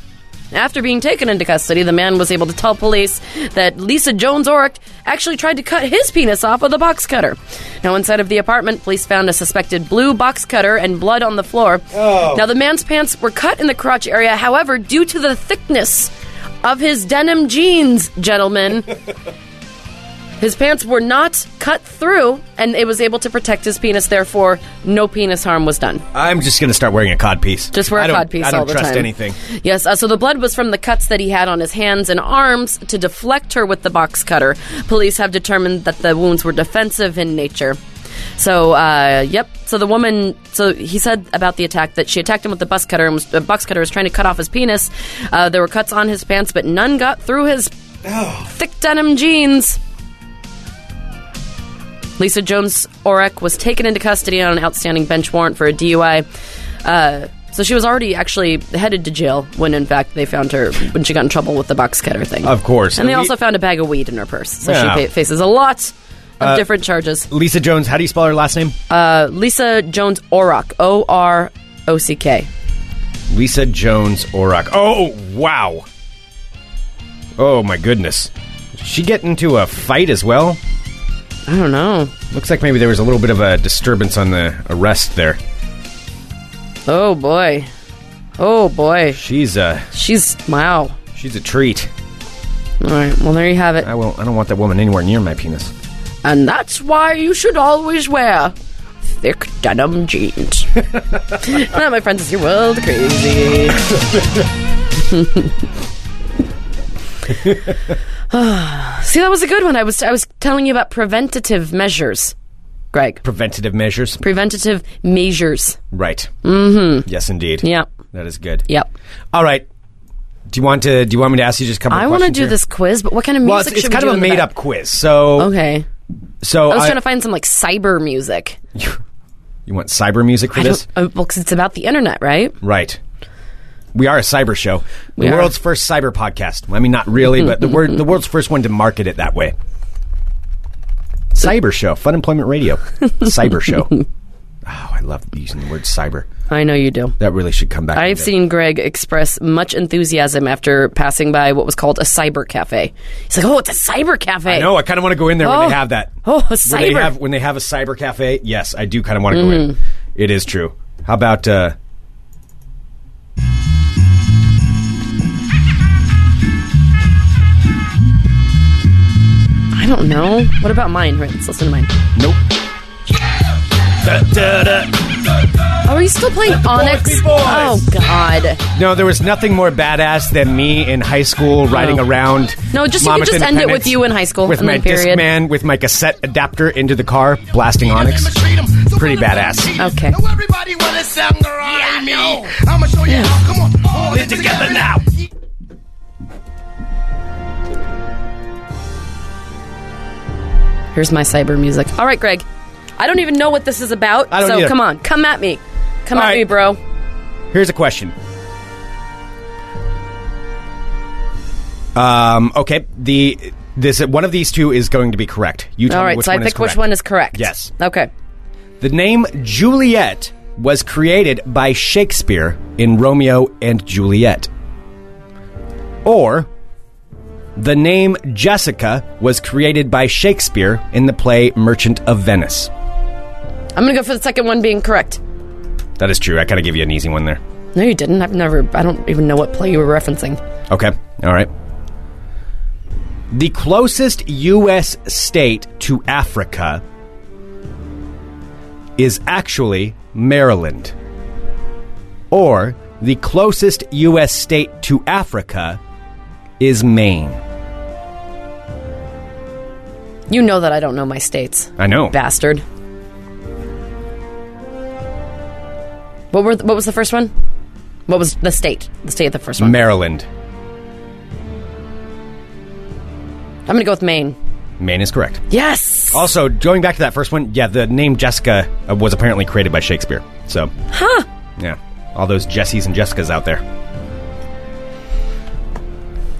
after being taken into custody, the man was able to tell police that Lisa Jones Orrick actually tried to cut his penis off with a box cutter. Now, inside of the apartment, police found a suspected blue box cutter and blood on the floor. Now, the man's pants were cut in the crotch area. However, due to the thickness of his denim jeans, gentlemen, his pants were not cut through, and it was able to protect his penis. Therefore, no penis harm was done. I'm just gonna start wearing a codpiece. Just wear I a don't- cod piece I don't all the trust time. anything. Yes, uh, so the blood was from the cuts that he had on his hands and arms to deflect her with the box cutter. Police have determined that the wounds were defensive in nature. So, uh, yep. So the woman. So he said about the attack that she attacked him with the bus cutter and was, the box cutter was trying to cut off his penis. Uh, there were cuts on his pants, but none got through his thick denim jeans. Lisa Jones Orek was taken into custody on an outstanding bench warrant for a DUI. Uh, so she was already actually headed to jail when, in fact, they found her when she got in trouble with the box cutter thing. Of course. And they Le- also found a bag of weed in her purse. So Yeah. Uh, she pa- faces a lot of different charges. Lisa Jones, how do you spell her last name? Uh, Lisa Jones Orok, O R O C K. Lisa Jones Orok. Oh wow. Oh my goodness. Did she get into a fight as well? I don't know. Looks like maybe there was a little bit of a disturbance on the arrest there. Oh boy. Oh boy. She's a She's wow. she's a treat. All right. Well, there you have it. I will. I don't want that woman anywhere near my penis. And that's why you should always wear thick denim *laughs* jeans. and that, my friends, is your world of crazy. *laughs* See, that was a good one. I was I was telling you about preventative measures, Greg. Preventative measures. Preventative measures. Right. Mm-hmm. Yes, indeed. Yep. That is good. Yep. All right. Do you want to? Do you want me to ask you just a couple? I want to do this quiz, but what kind of music Well, it's, it's should we kind do of a in the made back? up quiz. So, Okay. so I was I- trying to find some like cyber music. you want cyber music for I this? don't, uh, well, 'cause it's about the internet, right? Right. We are a cyber show. We the are. world's first cyber podcast. I mean, not really, but *laughs* the word, the world's first one to market it that way. Cyber show, Fun Employment *laughs* Radio, cyber show. Oh, I love using the word cyber. I know you do. That really should come back. I've into- seen Greg express much enthusiasm after passing by what was called a cyber cafe. He's like, "Oh, it's a cyber cafe." I know. I kind of want to go in there when Oh. they have that. Oh, a When they cyber. Mm-hmm. have when they have a cyber cafe. Yes, I do kind of want to go in. It is true. How about uh I don't know. What about mine? Right, let's listen to mine. Nope. Da, da, da. Oh, are you still playing Onyx? be boys. Oh God. No, there was nothing more badass than me in high school riding Oh. around. No, just- you Monmouth could just end it with Independence you in high school with and my then period. Discman, with my cassette adapter into the car, blasting Onyx. Pretty badass. Okay. everybody wanna sound around me. I'ma show you how. Come on, hold it together now. Here's my cyber music. All right, Greg. I don't even know what this is about. I don't so either. come on, come at me. Come All at right. me, bro. Here's a question. Um. Okay. The this one of these two is going to be correct. You tell All me right, which so I one is pick which correct. one is correct. Yes. Okay. The name Juliet was created by Shakespeare in Romeo and Juliet. Or the name Jessica was created by Shakespeare in the play Merchant of Venice. I'm gonna go for the second one being correct. That is true. I kind of give you an easy one there. No, you didn't. I've never. I don't even know what play you were referencing. Okay. All right. The closest U.S. state to Africa is actually Maryland. Or the closest U.S. state to Africa is Maine. You know that I don't know my states, I know. bastard. What were? th- what was the first one? What was the state? The state of the first one. Maryland. I'm gonna go with Maine. Maine is correct. Yes. Also, going back to that first one, yeah, the name Jessica uh, was apparently created by Shakespeare. So, huh? Yeah, all those Jessies and Jessicas out there.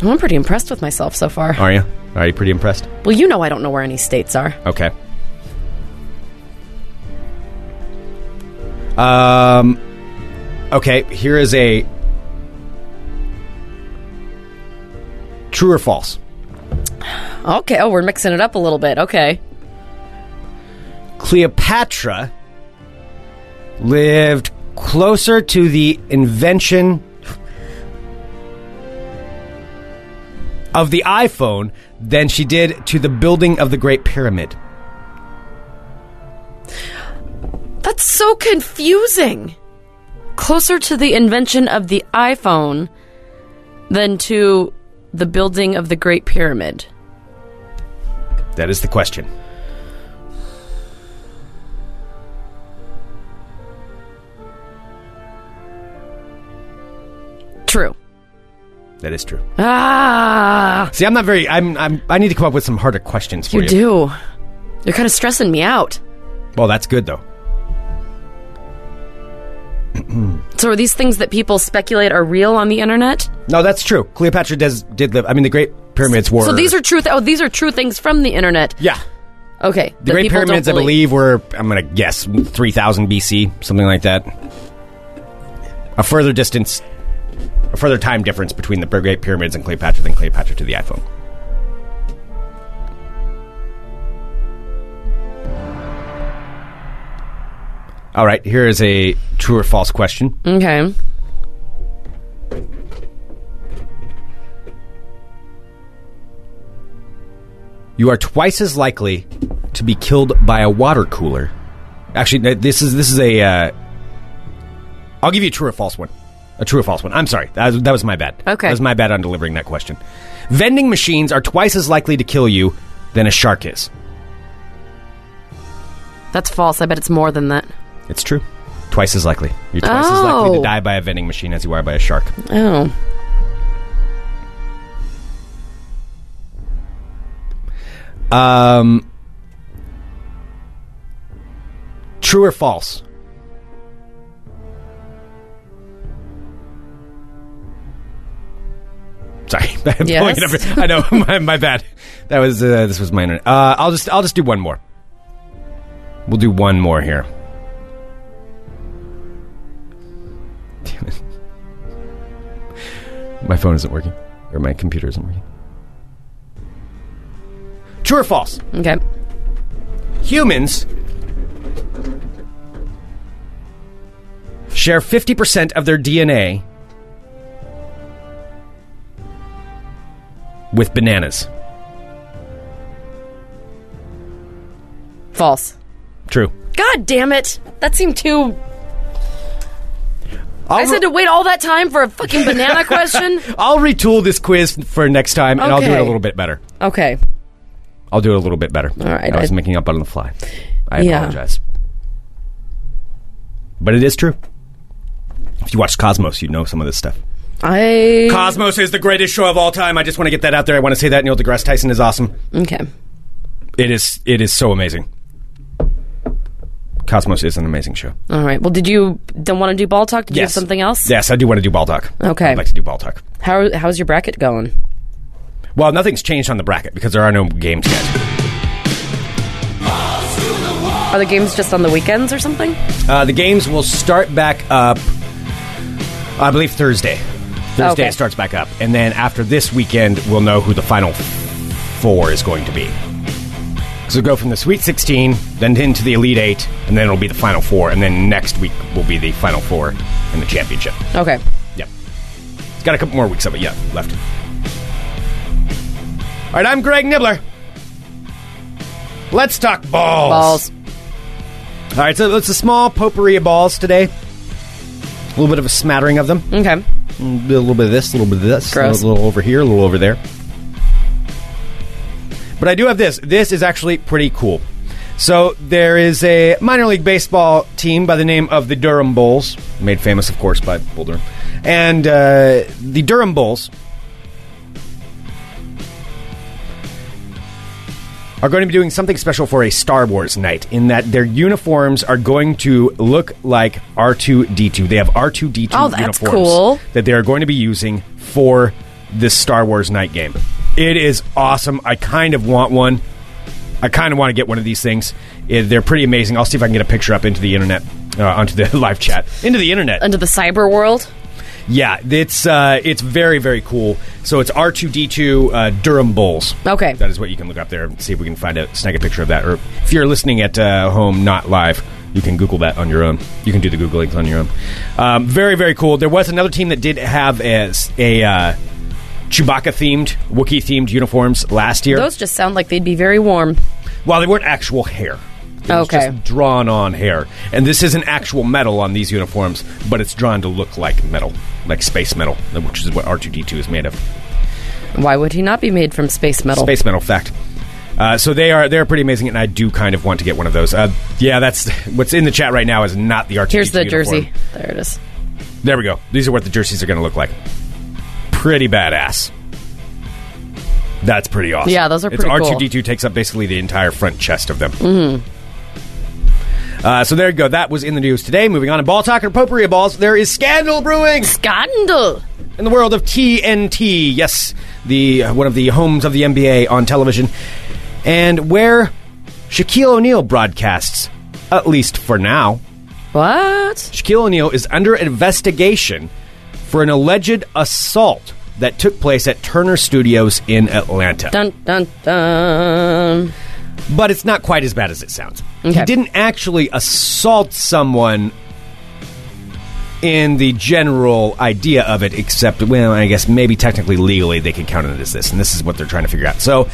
I'm pretty impressed with myself so far. Are you? Are you pretty impressed? Well, you know I don't know where any states are. Okay. Um. Okay. Here is a true or false. Okay. Oh, we're mixing it up a little bit. Okay. Cleopatra lived closer to the invention of the iPhone than she did to the building of the Great Pyramid. That's so confusing. Closer to the invention of the iPhone than to the building of the Great Pyramid. That is the question. True. That is true. Ah, See, I'm not very. I'm. I'm. I need to come up with some harder questions for you you. do. You're kind of stressing me out. Well, that's good though. So, are these things that people speculate are real on the internet? No, that's true. Cleopatra does did live. I mean, the Great Pyramids were. So these are true. Th- oh, these are true things from the internet. Yeah, Okay. the Great Pyramids, I believe, were. I'm gonna guess 3,000 BC, something like that. A further distance, a further time difference between the Great Pyramids and Cleopatra than Cleopatra to the iPhone. All right, here is a true or false question. Okay. you are twice as likely to be killed by a water cooler. Actually, th- this is this is a. Uh, I'll give you a true or false one. A true or false one. I'm sorry. That was, that was my bad. Okay. That was my bad on delivering that question. Vending machines are twice as likely to kill you than a shark is. That's false. I bet it's more than that. It's true. Twice as likely. You're twice as likely Oh. to die by a vending machine as you are by a shark. Oh. Um, true or false? Sorry, *laughs* I'm Yes. pulling it up. I know *laughs* my, my bad. That was uh, this was my internet. Uh, I'll just I'll just do one more. We'll do one more here. Damn it! *laughs* My phone isn't working, or my computer isn't working. True or false? Okay. humans share 50% of their DNA with bananas. False. True. God damn it. That seemed too. I I'll, said to wait all that time for a *laughs* fucking banana question. I'll retool this quiz for next time and I'll do it Okay. a little bit better. Okay. I'll do it a little bit better. All right, I was I- making up on the fly. I Yeah. apologize. But it is true. If you watch Cosmos, you know some of this stuff. I. Cosmos is the greatest show of all time. I just want to get that out there. I want to say that Neil deGrasse Tyson is awesome. Okay. It is it is so amazing. Cosmos is an amazing show. All right. Well, did you don't want to do ball talk? Did you have Yes. something else? Yes, I do want to do ball talk. Okay. I'd like to do ball talk. How how's your bracket going? Well, nothing's changed on the bracket because there are no games yet. Are the games just on the weekends or something? Uh, the games will start back up, I believe, Thursday. Thursday Okay. it starts back up. And then after this weekend, we'll know who the final four is going to be. So we'll go from the Sweet 16, then into the Elite Eight, and then it'll be the final four. And then next week will be the final four and the championship. Okay. Yep. It's got a couple more weeks of it. Yeah, left. All right, I'm Greg Nibbler. Let's talk balls. Balls. All right, so it's a small potpourri of balls today. A little bit of a smattering of them. Okay. A little bit of this, a little bit of this, Gross. a little over here, a little over there. But I do have this. This is actually pretty cool. So there is a minor league baseball team by the name of the Durham Bulls, made famous, of course, by Bull Durham. And uh, the Durham Bulls are going to be doing something special for a Star Wars night in that their uniforms are going to look like R2D2. They have R2D2 Oh, that's uniforms cool. that they are going to be using for this Star Wars night game. It is awesome. I kind of want one. I kind of want to get one of these things. Eh, They're pretty amazing. I'll see if I can get a picture up into the internet, uh, onto the *laughs* live chat, into the internet. Into the cyber world. Yeah, it's uh, it's very very cool. So it's R two D two uh, Durham Bulls. Okay. that is what you can look up there. and See if we can find a snag a picture of that. Or if you're listening at uh, home, not live, you can Google that on your own. You can do the googlings on your own. Um, very very cool. There was another team that did have as a uh, Chewbacca themed, Wookiee themed uniforms last year. Those just sound like they'd be very warm. Well, they weren't actual hair. It was Okay. just drawn on hair. And this isn't actual metal on these uniforms, but it's drawn to look like metal, like space metal, which is what R2D2 is made of. Why would he not be made from space metal? Space metal, fact. Uh, so they are they're pretty amazing, and I do kind of want to get one of those. Uh, yeah, that's what's in the chat right now is not the R2D2. Here's the uniform. jersey. There it is. There we go. These are what the jerseys are going to look like. Pretty badass. That's pretty awesome. Yeah, those are It's pretty cool. R2D2 takes up basically the entire front chest of them. Mm-hmm. Mm-hmm. Uh, so there you go. That was in the news today. Moving on to ball talk or potpourri of balls. There is scandal brewing Scandal. in the world of TNT. Yes, the uh, one of the homes of the NBA on television, and where Shaquille O'Neal broadcasts, at least for now. What? Shaquille O'Neal is under investigation for an alleged assault that took place at Turner Studios in Atlanta. Dun dun dun. But it's not quite as bad as it sounds. He Okay. didn't actually assault someone in the general idea of it, except, well, I guess maybe technically legally they could count it as this, and this is what they're trying to figure out. So,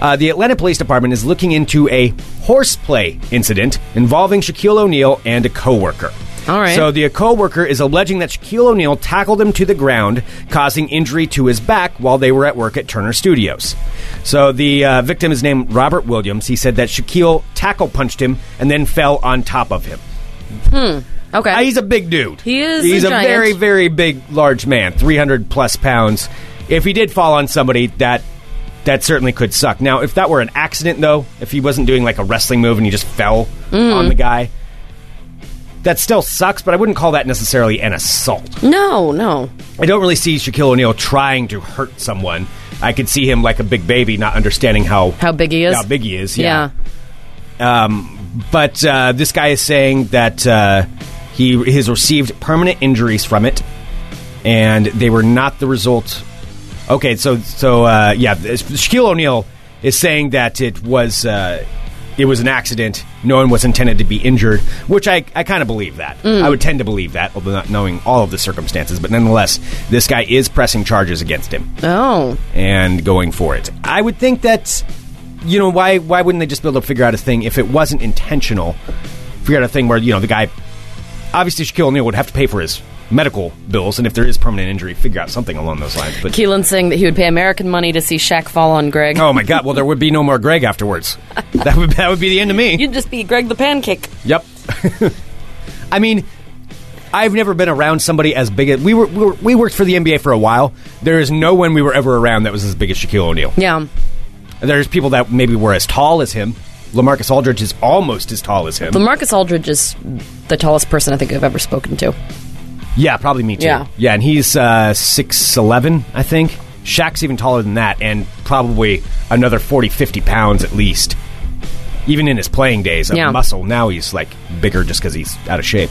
uh, the Atlanta Police Department is looking into a horseplay incident involving Shaquille O'Neal and a coworker. All right. So the coworker is alleging that Shaquille O'Neal tackled him to the ground, causing injury to his back while they were at work at Turner Studios. So the uh, victim is named Robert Williams. He said that Shaquille tackle punched him and then fell on top of him. Okay. Uh, he's a big dude. He is He's a a, giant. very, very big, large man, three hundred plus pounds. If he did fall on somebody, that that certainly could suck. Now, if that were an accident, though, if he wasn't doing like a wrestling move and he just fell Mm. on the guy, that still sucks. But I wouldn't call that necessarily an assault. no, no. I don't really see Shaquille O'Neal trying to hurt someone. I could see him like a big baby, not understanding how How big he is? how big he is. Yeah. But uh, this guy is saying that uh, he has received permanent injuries from it, and they were not the result. Okay, so so uh, yeah, this- Shaquille O'Neal is saying that it was uh, it was an accident. No one was intended to be injured, which I, I kind of believe that. I would tend to believe that, although not knowing all of the circumstances. But nonetheless, this guy is pressing charges against him Oh, and going for it. I would think that, you know, why why wouldn't they just be able to figure out a thing if it wasn't intentional? Figure out a thing where you know the guy, obviously Shaquille O'Neal would have to pay for his medical bills, and if there is permanent injury, figure out something along those lines. *laughs* But Keelan saying that he would pay American money to see Shaq fall on Greg. oh my god, well there would be no more Greg afterwards. That would that would be the end of me. You'd just be Greg the Pancake. Yep. *laughs* I mean, I've never been around somebody as big as we were, we were. We worked for the NBA for a while. There is no one we were ever around that was as big as Shaquille O'Neal. Yeah. There's people that maybe were as tall as him. Lamarcus Aldridge is almost as tall as him. Lamarcus Aldridge is the tallest person I think I've ever spoken to. yeah, probably me too. Yeah. yeah and he's uh, six eleven, I think. Shaq's even taller than that, and probably another 40, 50 pounds at least. Even in his playing days of Yeah. muscle, now he's like bigger just because he's out of shape.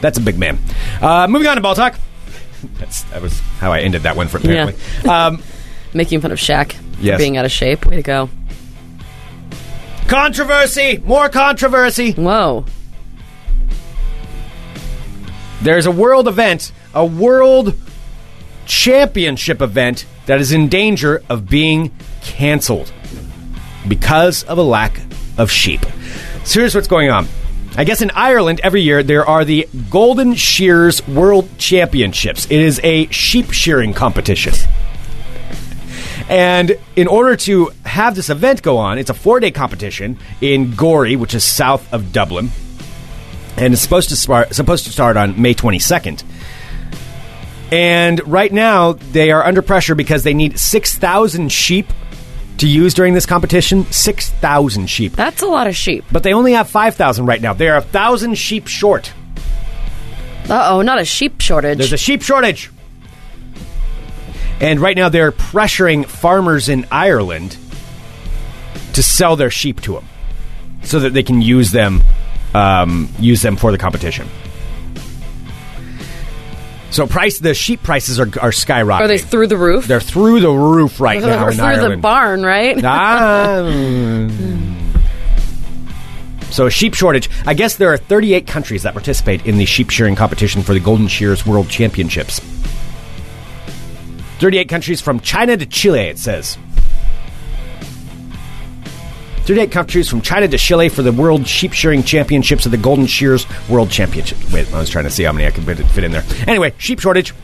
That's a big man. Uh, moving on to ball talk. *laughs* That's, that was how I ended that one for apparently. Um, Making fun of Shaq Yes. for being out of shape. Way to go. controversy, more controversy. Whoa. There's a world event, a world championship event that is in danger of being canceled because of a lack of sheep. So here's what's going on. I guess in Ireland every year there are the Golden Shears World Championships. It is a sheep shearing competition. And in order to have this event go on, it's a four day competition in Gorey, which is south of Dublin and it's supposed to start supposed to start on May 22nd. And right now they are under pressure because they need 6,000 sheep to use during this competition. 6,000 sheep. That's a lot of sheep. But they only have 5,000 right now. They are 1,000 sheep short. Uh oh, not a sheep shortage. There's a sheep shortage. And right now they're pressuring farmers in Ireland to sell their sheep to them so that they can use them um, use them for the competition. So price the sheep prices are, are skyrocketing. Are they through the roof? They're through the roof right now or in through Ireland. the barn, right? Ah. So, a sheep shortage. I guess there are 38 countries that participate in the sheep shearing competition for the Golden Shears World Championships. 38 countries from China to Chile, it says. 38 countries from China to Chile for the World Sheep Shearing Championships of the Golden Shears World Championship. Wait, I was trying to see how many I could fit fit in there. Anyway, sheep shortage.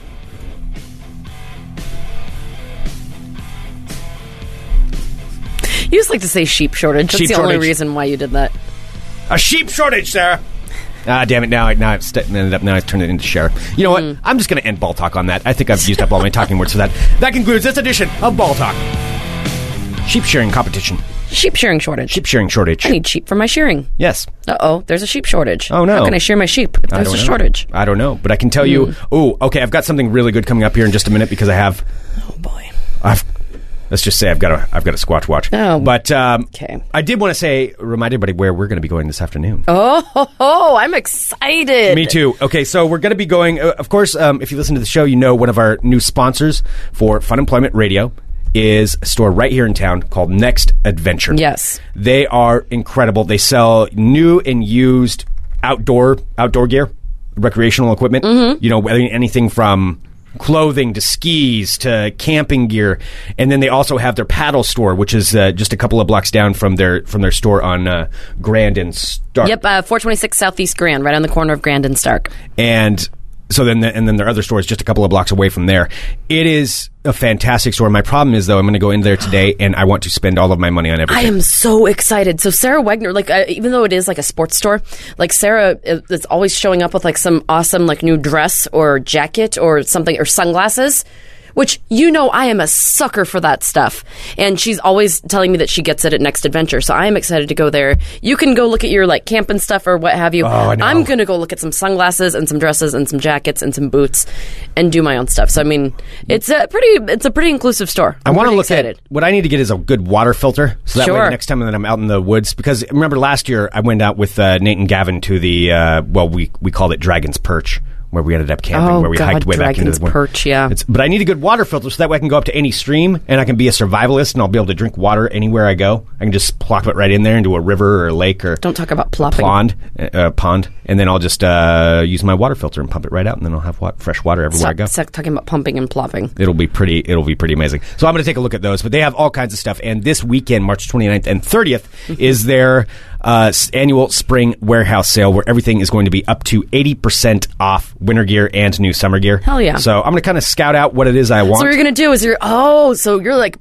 You just like to say sheep shortage. That's Sheep the only shortage. reason why you did that. A sheep shortage, Sarah. Ah, damn it! Now, I now I've st- ended up. Now I've turned it into share. You know what? Hmm. I'm just going to end ball talk on that. I think I've used up all my talking words for that. That concludes this edition of ball talk. Sheep shearing competition. Sheep shearing shortage. Sheep shearing shortage. I need sheep for my shearing. Yes. Uh oh, there's a sheep shortage. Oh, no. How can I shear my sheep if I there's don't a know. shortage? Hmm. I don't know, but I can tell you. Oh, okay. I've got something really good coming up here in just a minute because I have. Oh boy. I've. Let's just say I've got a I've got a Squatch watch. Oh. but um, Okay. I did want to say remind everybody where we're going to be going this afternoon. Oh, *laughs* ho, ho, I'm excited. Me too. Okay, so we're going to be going. Uh, of course, um, if you listen to the show, you know one of our new sponsors for Fun Employment Radio is a store right here in town called Next Adventure. Yes. they are incredible. They sell new and used outdoor outdoor gear, recreational equipment. You know, whether anything from clothing to skis to camping gear, and then they also have their paddle store, which is uh, just a couple of blocks down from their from their store on uh, Grand and Stark. Yep, uh, 426 Southeast Grand, right on the corner of Grand and Stark. and so then and then their other store is just a couple of blocks away from there. It is a fantastic store. My problem is though, I'm going to go in there today and I want to spend all of my money on I everything. am so excited. So Sarah Wagner, like uh, even though it is like a sports store, like Sarah is is always showing up with like some awesome like new dress or jacket or something or sunglasses. Which you know, I am a sucker for that stuff, and she's always telling me that she gets it at Next Adventure. So I am excited to go there. You can go look at your like camping stuff or what have you. Oh, I know. I'm gonna go look at some sunglasses and some dresses and some jackets and some boots, and do my own stuff. So I mean, it's a pretty, it's a pretty inclusive store. I I'm want to pretty look excited. at what I need to get is a good water filter, so that way Sure. next time that I'm out in the woods. Because remember last year I went out with uh, Nate and Gavin to the uh, well, we we called it Dragon's Perch, where we ended up camping, Oh, where we God, hiked way back into Dragon's the win- Perch, yeah. It's- but I need a good water filter so that way I can go up to any stream and I can be a survivalist and I'll be able to drink water anywhere I go. I can just plop it right in there into a river or a lake or Don't talk about plopping. pond, uh, uh, pond, and then I'll just uh, use my water filter and pump it right out, and then I'll have wa- fresh water everywhere I Stop, go. stop talking about pumping and plopping. It'll be pretty. It'll be pretty amazing. So I'm going to take a look at those. But they have all kinds of stuff. And this weekend, March 29th and 30th, *laughs* is their uh, s- annual spring warehouse sale, where everything is going to be up to 80 percent off winter gear and new summer gear. Hell yeah. So I'm going to kind of scout out what it is I want. So what you're gonna do is you're oh, so you're like,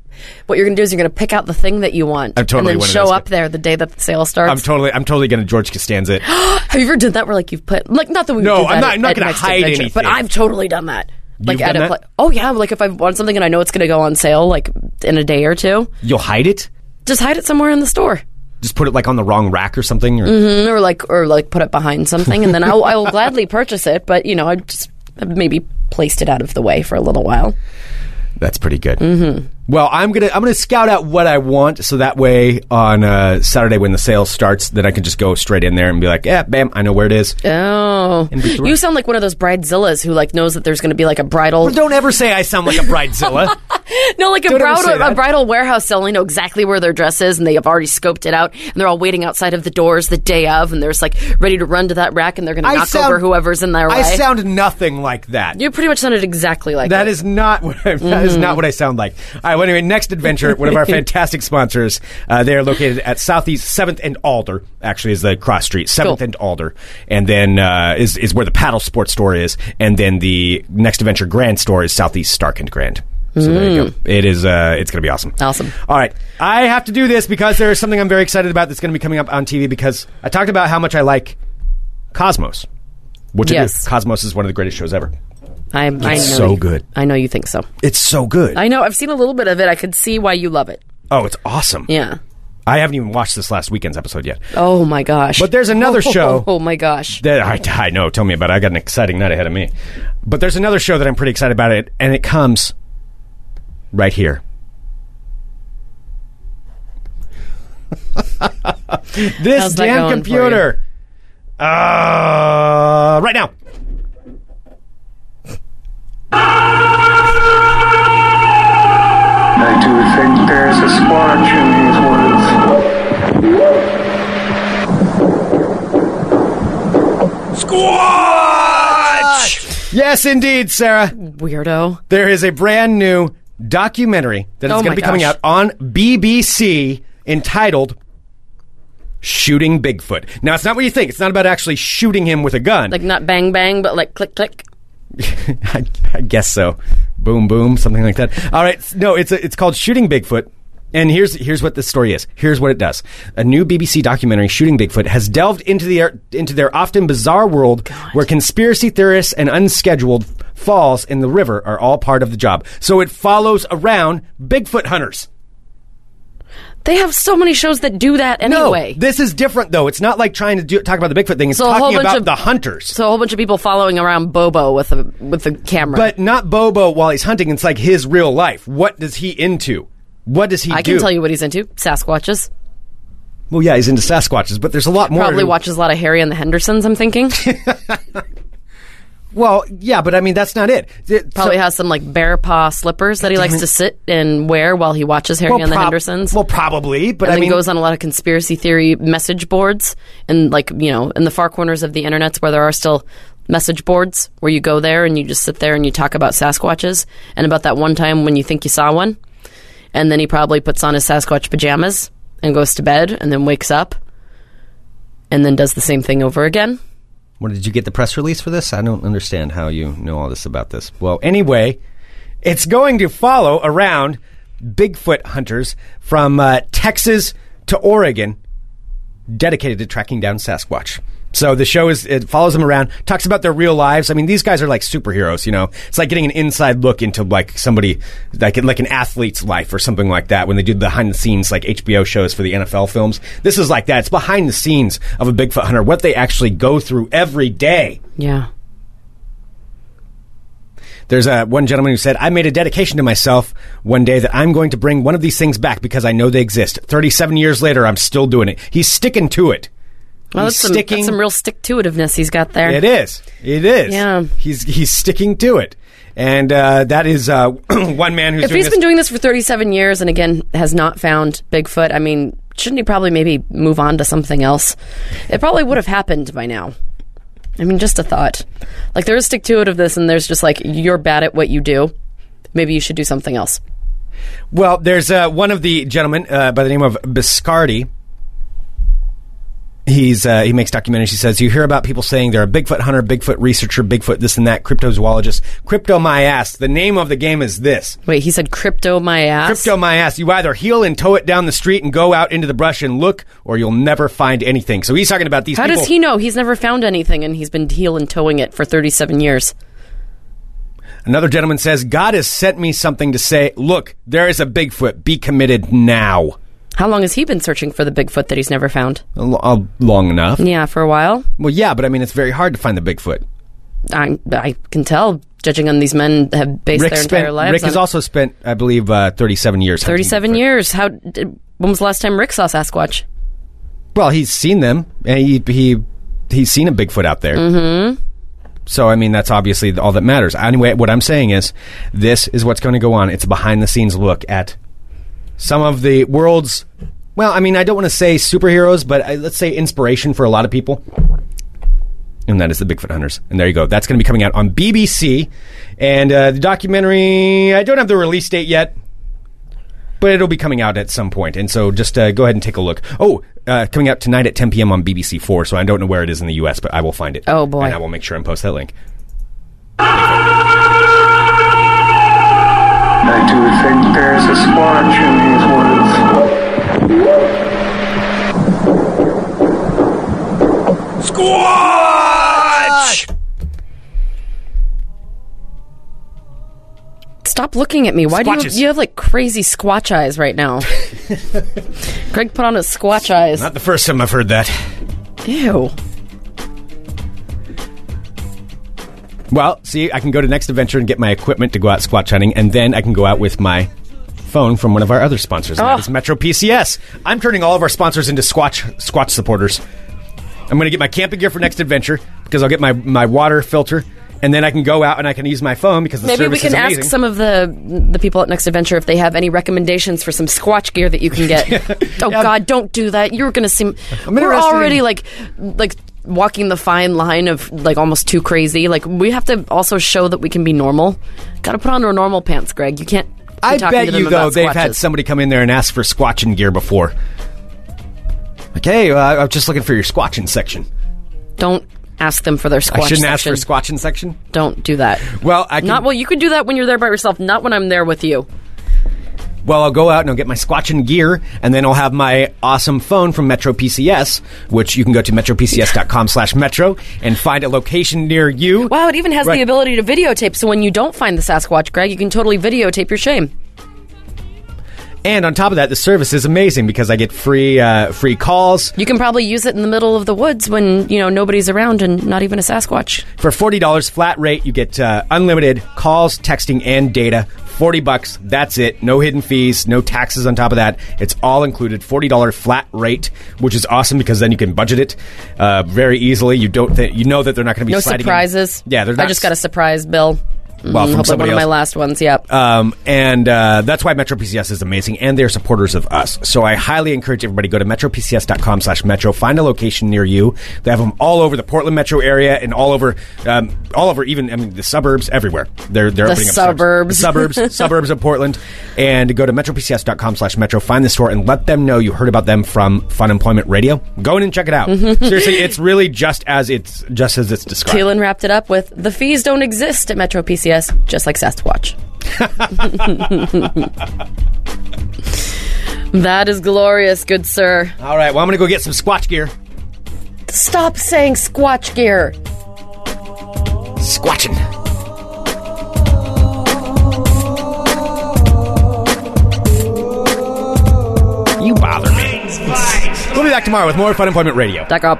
what you're gonna do is you're gonna pick out the thing that you want, I'm totally and one then of show those up guys. there the day that the sale starts. I'm totally. I'm totally going to George Costanza. it. *gasps* Have you ever done that where like you've put like not that we No, would do that I'm not- at- I'm not at gonna Next hide Adventure, but anything. I've totally done that. Like You've at done a that? pla- oh yeah, like if I want something and I know it's gonna go on sale like in a day or two, You'll hide it. just hide it somewhere in the store. Mm, Just put it like on the wrong rack or something. Or, or like or like put it behind something, and then I will, I will gladly purchase it. But you know, I just maybe placed it out of the way for a little while. That's pretty good. Mm-hmm. Well, I'm gonna I'm gonna scout out what I want, so that way on uh, Saturday when the sale starts, then I can just go straight in there and be like, yeah, bam, I know where it is. Oh, you sound like one of those bridezillas who like knows that there's going to be like a bridal, Well, don't ever say I sound like a bridezilla. *laughs* no, like a don't ever say bridal, that. a bridal warehouse sale. They know exactly where their dress is, and they have already scoped it out, and they're all waiting outside of the doors the day of, and they're just like ready to run to that rack, and they're going to I knock sound- over whoever's in their way. I sound nothing like that. you pretty much sounded exactly like That is not what I, *laughs* that is not what I sound like. All right. Well, anyway, next adventure, one of our fantastic sponsors. Uh, they are located at Southeast Seventh and Alder. Actually, is the cross street Seventh Cool. and Alder, and then uh, is is where the Paddle Sports store is, and then the next adventure Grand store is Southeast Stark and Grand. So there you go. It is. Uh, it's going to be awesome. Awesome. All right, I have to do this because there is something I'm very excited about that's going to be coming up on TV because I talked about how much I like Cosmos. Which Yes. yes. Cosmos is one of the greatest shows ever. I, I know It's so you- good. I know you think so. It's so good. I know. I've seen a little bit of it. I could see why you love it. Oh, it's awesome. Yeah. I haven't even watched this last weekend's episode yet. Oh my gosh. But there's *laughs* another show. Oh my gosh. That I, I know. Tell me about it. I got an exciting night ahead of me. But there's another show that I'm pretty excited about it, and it comes right *laughs* here. this damn How's that going for you? computer. Uh, right now. I do think there's a spark in these words. Yes, indeed, Sarah. Weirdo. There is a brand new documentary that is Oh going my to be coming gosh. out on BBC entitled Shooting Bigfoot. Now, it's not what you think. It's not about actually shooting him with a gun. Like not bang bang, but like click click. *laughs* I, I guess so. Boom, boom, something like that. All right, no, it's it's called Shooting Bigfoot. And here's here's what this story is. Here's what it does. A new BBC documentary, Shooting Bigfoot, has delved into the into their often bizarre world where conspiracy theorists and unscheduled falls in the river are all part of the job. So it follows around Bigfoot hunters. They have so many shows that do that anyway. No, this is different though. It's not like trying to do, talk about the Bigfoot thing. It's So a whole talking bunch about of- the hunters. so a whole bunch of people following around Bobo with a with a camera. But not Bobo while he's hunting. It's like his real life. What does he into? What does he I do? can tell you what he's into. Sasquatches. Well, yeah, he's into Sasquatches, but there's a lot more. Probably to- watches a lot of Harry and the Hendersons, *laughs* I'm thinking. Well, yeah, but I mean, that's not it. It- Probably so- has some like bear paw slippers that he likes to sit and wear while he watches Harry well, and the prob- Hendersons. Well, probably, but and I then mean, goes on a lot of conspiracy theory message boards and like you know in the far corners of the internets where there are still message boards where you go there and you just sit there and you talk about sasquatches and about that one time when you think you saw one and then he probably puts on his sasquatch pajamas and goes to bed and then wakes up and then does the same thing over again What, did you get the press release for this? I don't understand how you know all this about this. Well, anyway, it's going to follow around Bigfoot hunters from uh, Texas to Oregon, dedicated to tracking down Sasquatch. So the show is it follows them around, talks about their real lives. I mean, these guys are like superheroes, you know. It's like getting an inside look into like somebody like like an athlete's life or something like that when they do behind the scenes like HBO shows for the NFL films. This is like that. It's behind the scenes of a Bigfoot hunter, what they actually go through every day. yeah There's a one gentleman who said, "I made a dedication to myself one day that I'm going to bring one of these things back because I know they exist. 37 years later, I'm still doing it. He's sticking to it. Well, he's that's some, sticking. that's some real stick to itiveness he's got there. It is. It is. Yeah. He's he's sticking to it, and uh, that is uh, *clears throat* one man who's If doing he's this. been doing this for 37 years and again has not found Bigfoot, I mean, shouldn't he probably maybe move on to something else? It probably would have happened by now. I mean, just a thought. Like, there is stick to it of this, and there's just like, you're bad at what you do. Maybe you should do something else. well, there's uh, one of the gentlemen uh, by the name of Biscardi. He's uh, he makes documentaries. He says you hear about people saying they're a Bigfoot hunter, Bigfoot researcher, Bigfoot this and that, cryptozoologist, crypto my ass. The name of the game is this. Wait, he said crypto my ass. Crypto my ass. You either heel and toe it down the street and go out into the brush and look, or you'll never find anything. So he's talking about these How people. does he know? He's never found anything, and he's been heel and towing it for 37 years. Another gentleman says, God has sent me something to say. Look, there is a Bigfoot. Be committed now. How long has he been searching for the Bigfoot that he's never found? L- uh, long enough. Yeah, for a while. Well, yeah, but I mean, it's very hard to find the Bigfoot. I, I can tell, judging on these men have based Rick, their spent- entire lives Rick on has also spent, I believe, uh, 37 years. hunting 37 Bigfoot. years. How? Did, when was the last time Rick saw Sasquatch? Well, he's seen them, and he he he's seen a Bigfoot out there. Mm-hmm. So I mean, that's obviously all that matters. Anyway, what I'm saying is, this is what's going to go on. It's a behind the scenes look at some of the world's. Well, I mean, I don't want to say superheroes, but uh, let's say inspiration for a lot of people. And that is the Bigfoot Hunters. And there you go. That's going to be coming out on BBC. And uh, the documentary, I don't have the release date yet but it'll be coming out at some point. And so just uh, go ahead and take a look. Oh, uh, coming out tonight at 10 p.m. on BBC Four. So I don't know where it is in the U.S., but I will find it. Oh, boy. And I will make sure and post that link. I do think there's a Squatch in these woods. Stop looking at me. Why do Squatches. you, you have like crazy squatch eyes *laughs* right now? Greg put on his squatch eyes. Not the first time I've heard that. Ew. Well, see, I can go to Next Adventure and get my equipment to go out squatch hunting, and then I can go out with my phone from one of our other sponsors. And Oh. That is Metro PCS. I'm turning all of our sponsors into squatch squatch supporters. I'm going to get my camping gear for Next Adventure because I'll get my, my water filter, and then I can go out and I can use my phone because the Maybe we service can is ask amazing. some of the the people at Next Adventure if they have any recommendations for some squatch gear that you can get. *laughs* oh Yeah. God, don't do that. You're gonna seem. We're interested already in- like like walking the fine line of like almost too crazy. Like we have to also show that we can be normal. Got to put on our normal pants, Greg. You can't. be I talking to bet them you though about they've had squatches. somebody come in there and ask for squatching gear before. Like, hey, uh, I'm just looking for your squatching section. Don't ask them for their squatch. I shouldn't section. ask for squatching section. Don't do that. Well, I can, Not well. You could do that when you're there by yourself. Not when I'm there with you. Well, I'll go out and I'll get my squatching gear, and then I'll have my awesome phone from Metro PCS, which you can go to metropcs.com *laughs* slash metro and find a location near you. Wow, it even has Right. the ability to videotape. So when you don't find the Sasquatch, Greg, you can totally videotape your shame. And on top of that, the service is amazing because I get free uh, free calls. You can probably use it in the middle of the woods when you know nobody's around and not even a Sasquatch. For forty dollars flat rate, you get uh, unlimited calls, texting, and data. Forty bucks. That's it. No hidden fees. No taxes on top of that. It's all included. Forty dollar flat rate, which is awesome because then you can budget it uh, very easily. You don't. Th- you know that they're not going to be No sliding in- surprises. Yeah, they're not. I just got a surprise bill. well, from Hopefully, one somebody of my else. last ones. Yeah. Um, and uh, that's why Metro PCS is amazing, and they're supporters of us. So I highly encourage everybody go to metropcs.com slash metro. Find a location near you. They have them all over the Portland metro area and all over, um, all over even I mean the suburbs everywhere. They're they're The opening suburbs. up stores. The *laughs* suburbs, suburbs of Portland, and go to metropcs.com slash metro. Find the store and let them know you heard about them from Fun Employment Radio. Go in and check it out. Mm-hmm. Seriously, it's really just as it's just as it's described. Keelan wrapped it up with the fees don't exist at Metro PCS, just like Sasquatch. *laughs* that is glorious, good sir. All right, well I'm gonna go get some squatch gear. Stop saying Squatch gear. Squatching. You bother me. We'll be back tomorrow with more Fun Employment Radio. Duck up.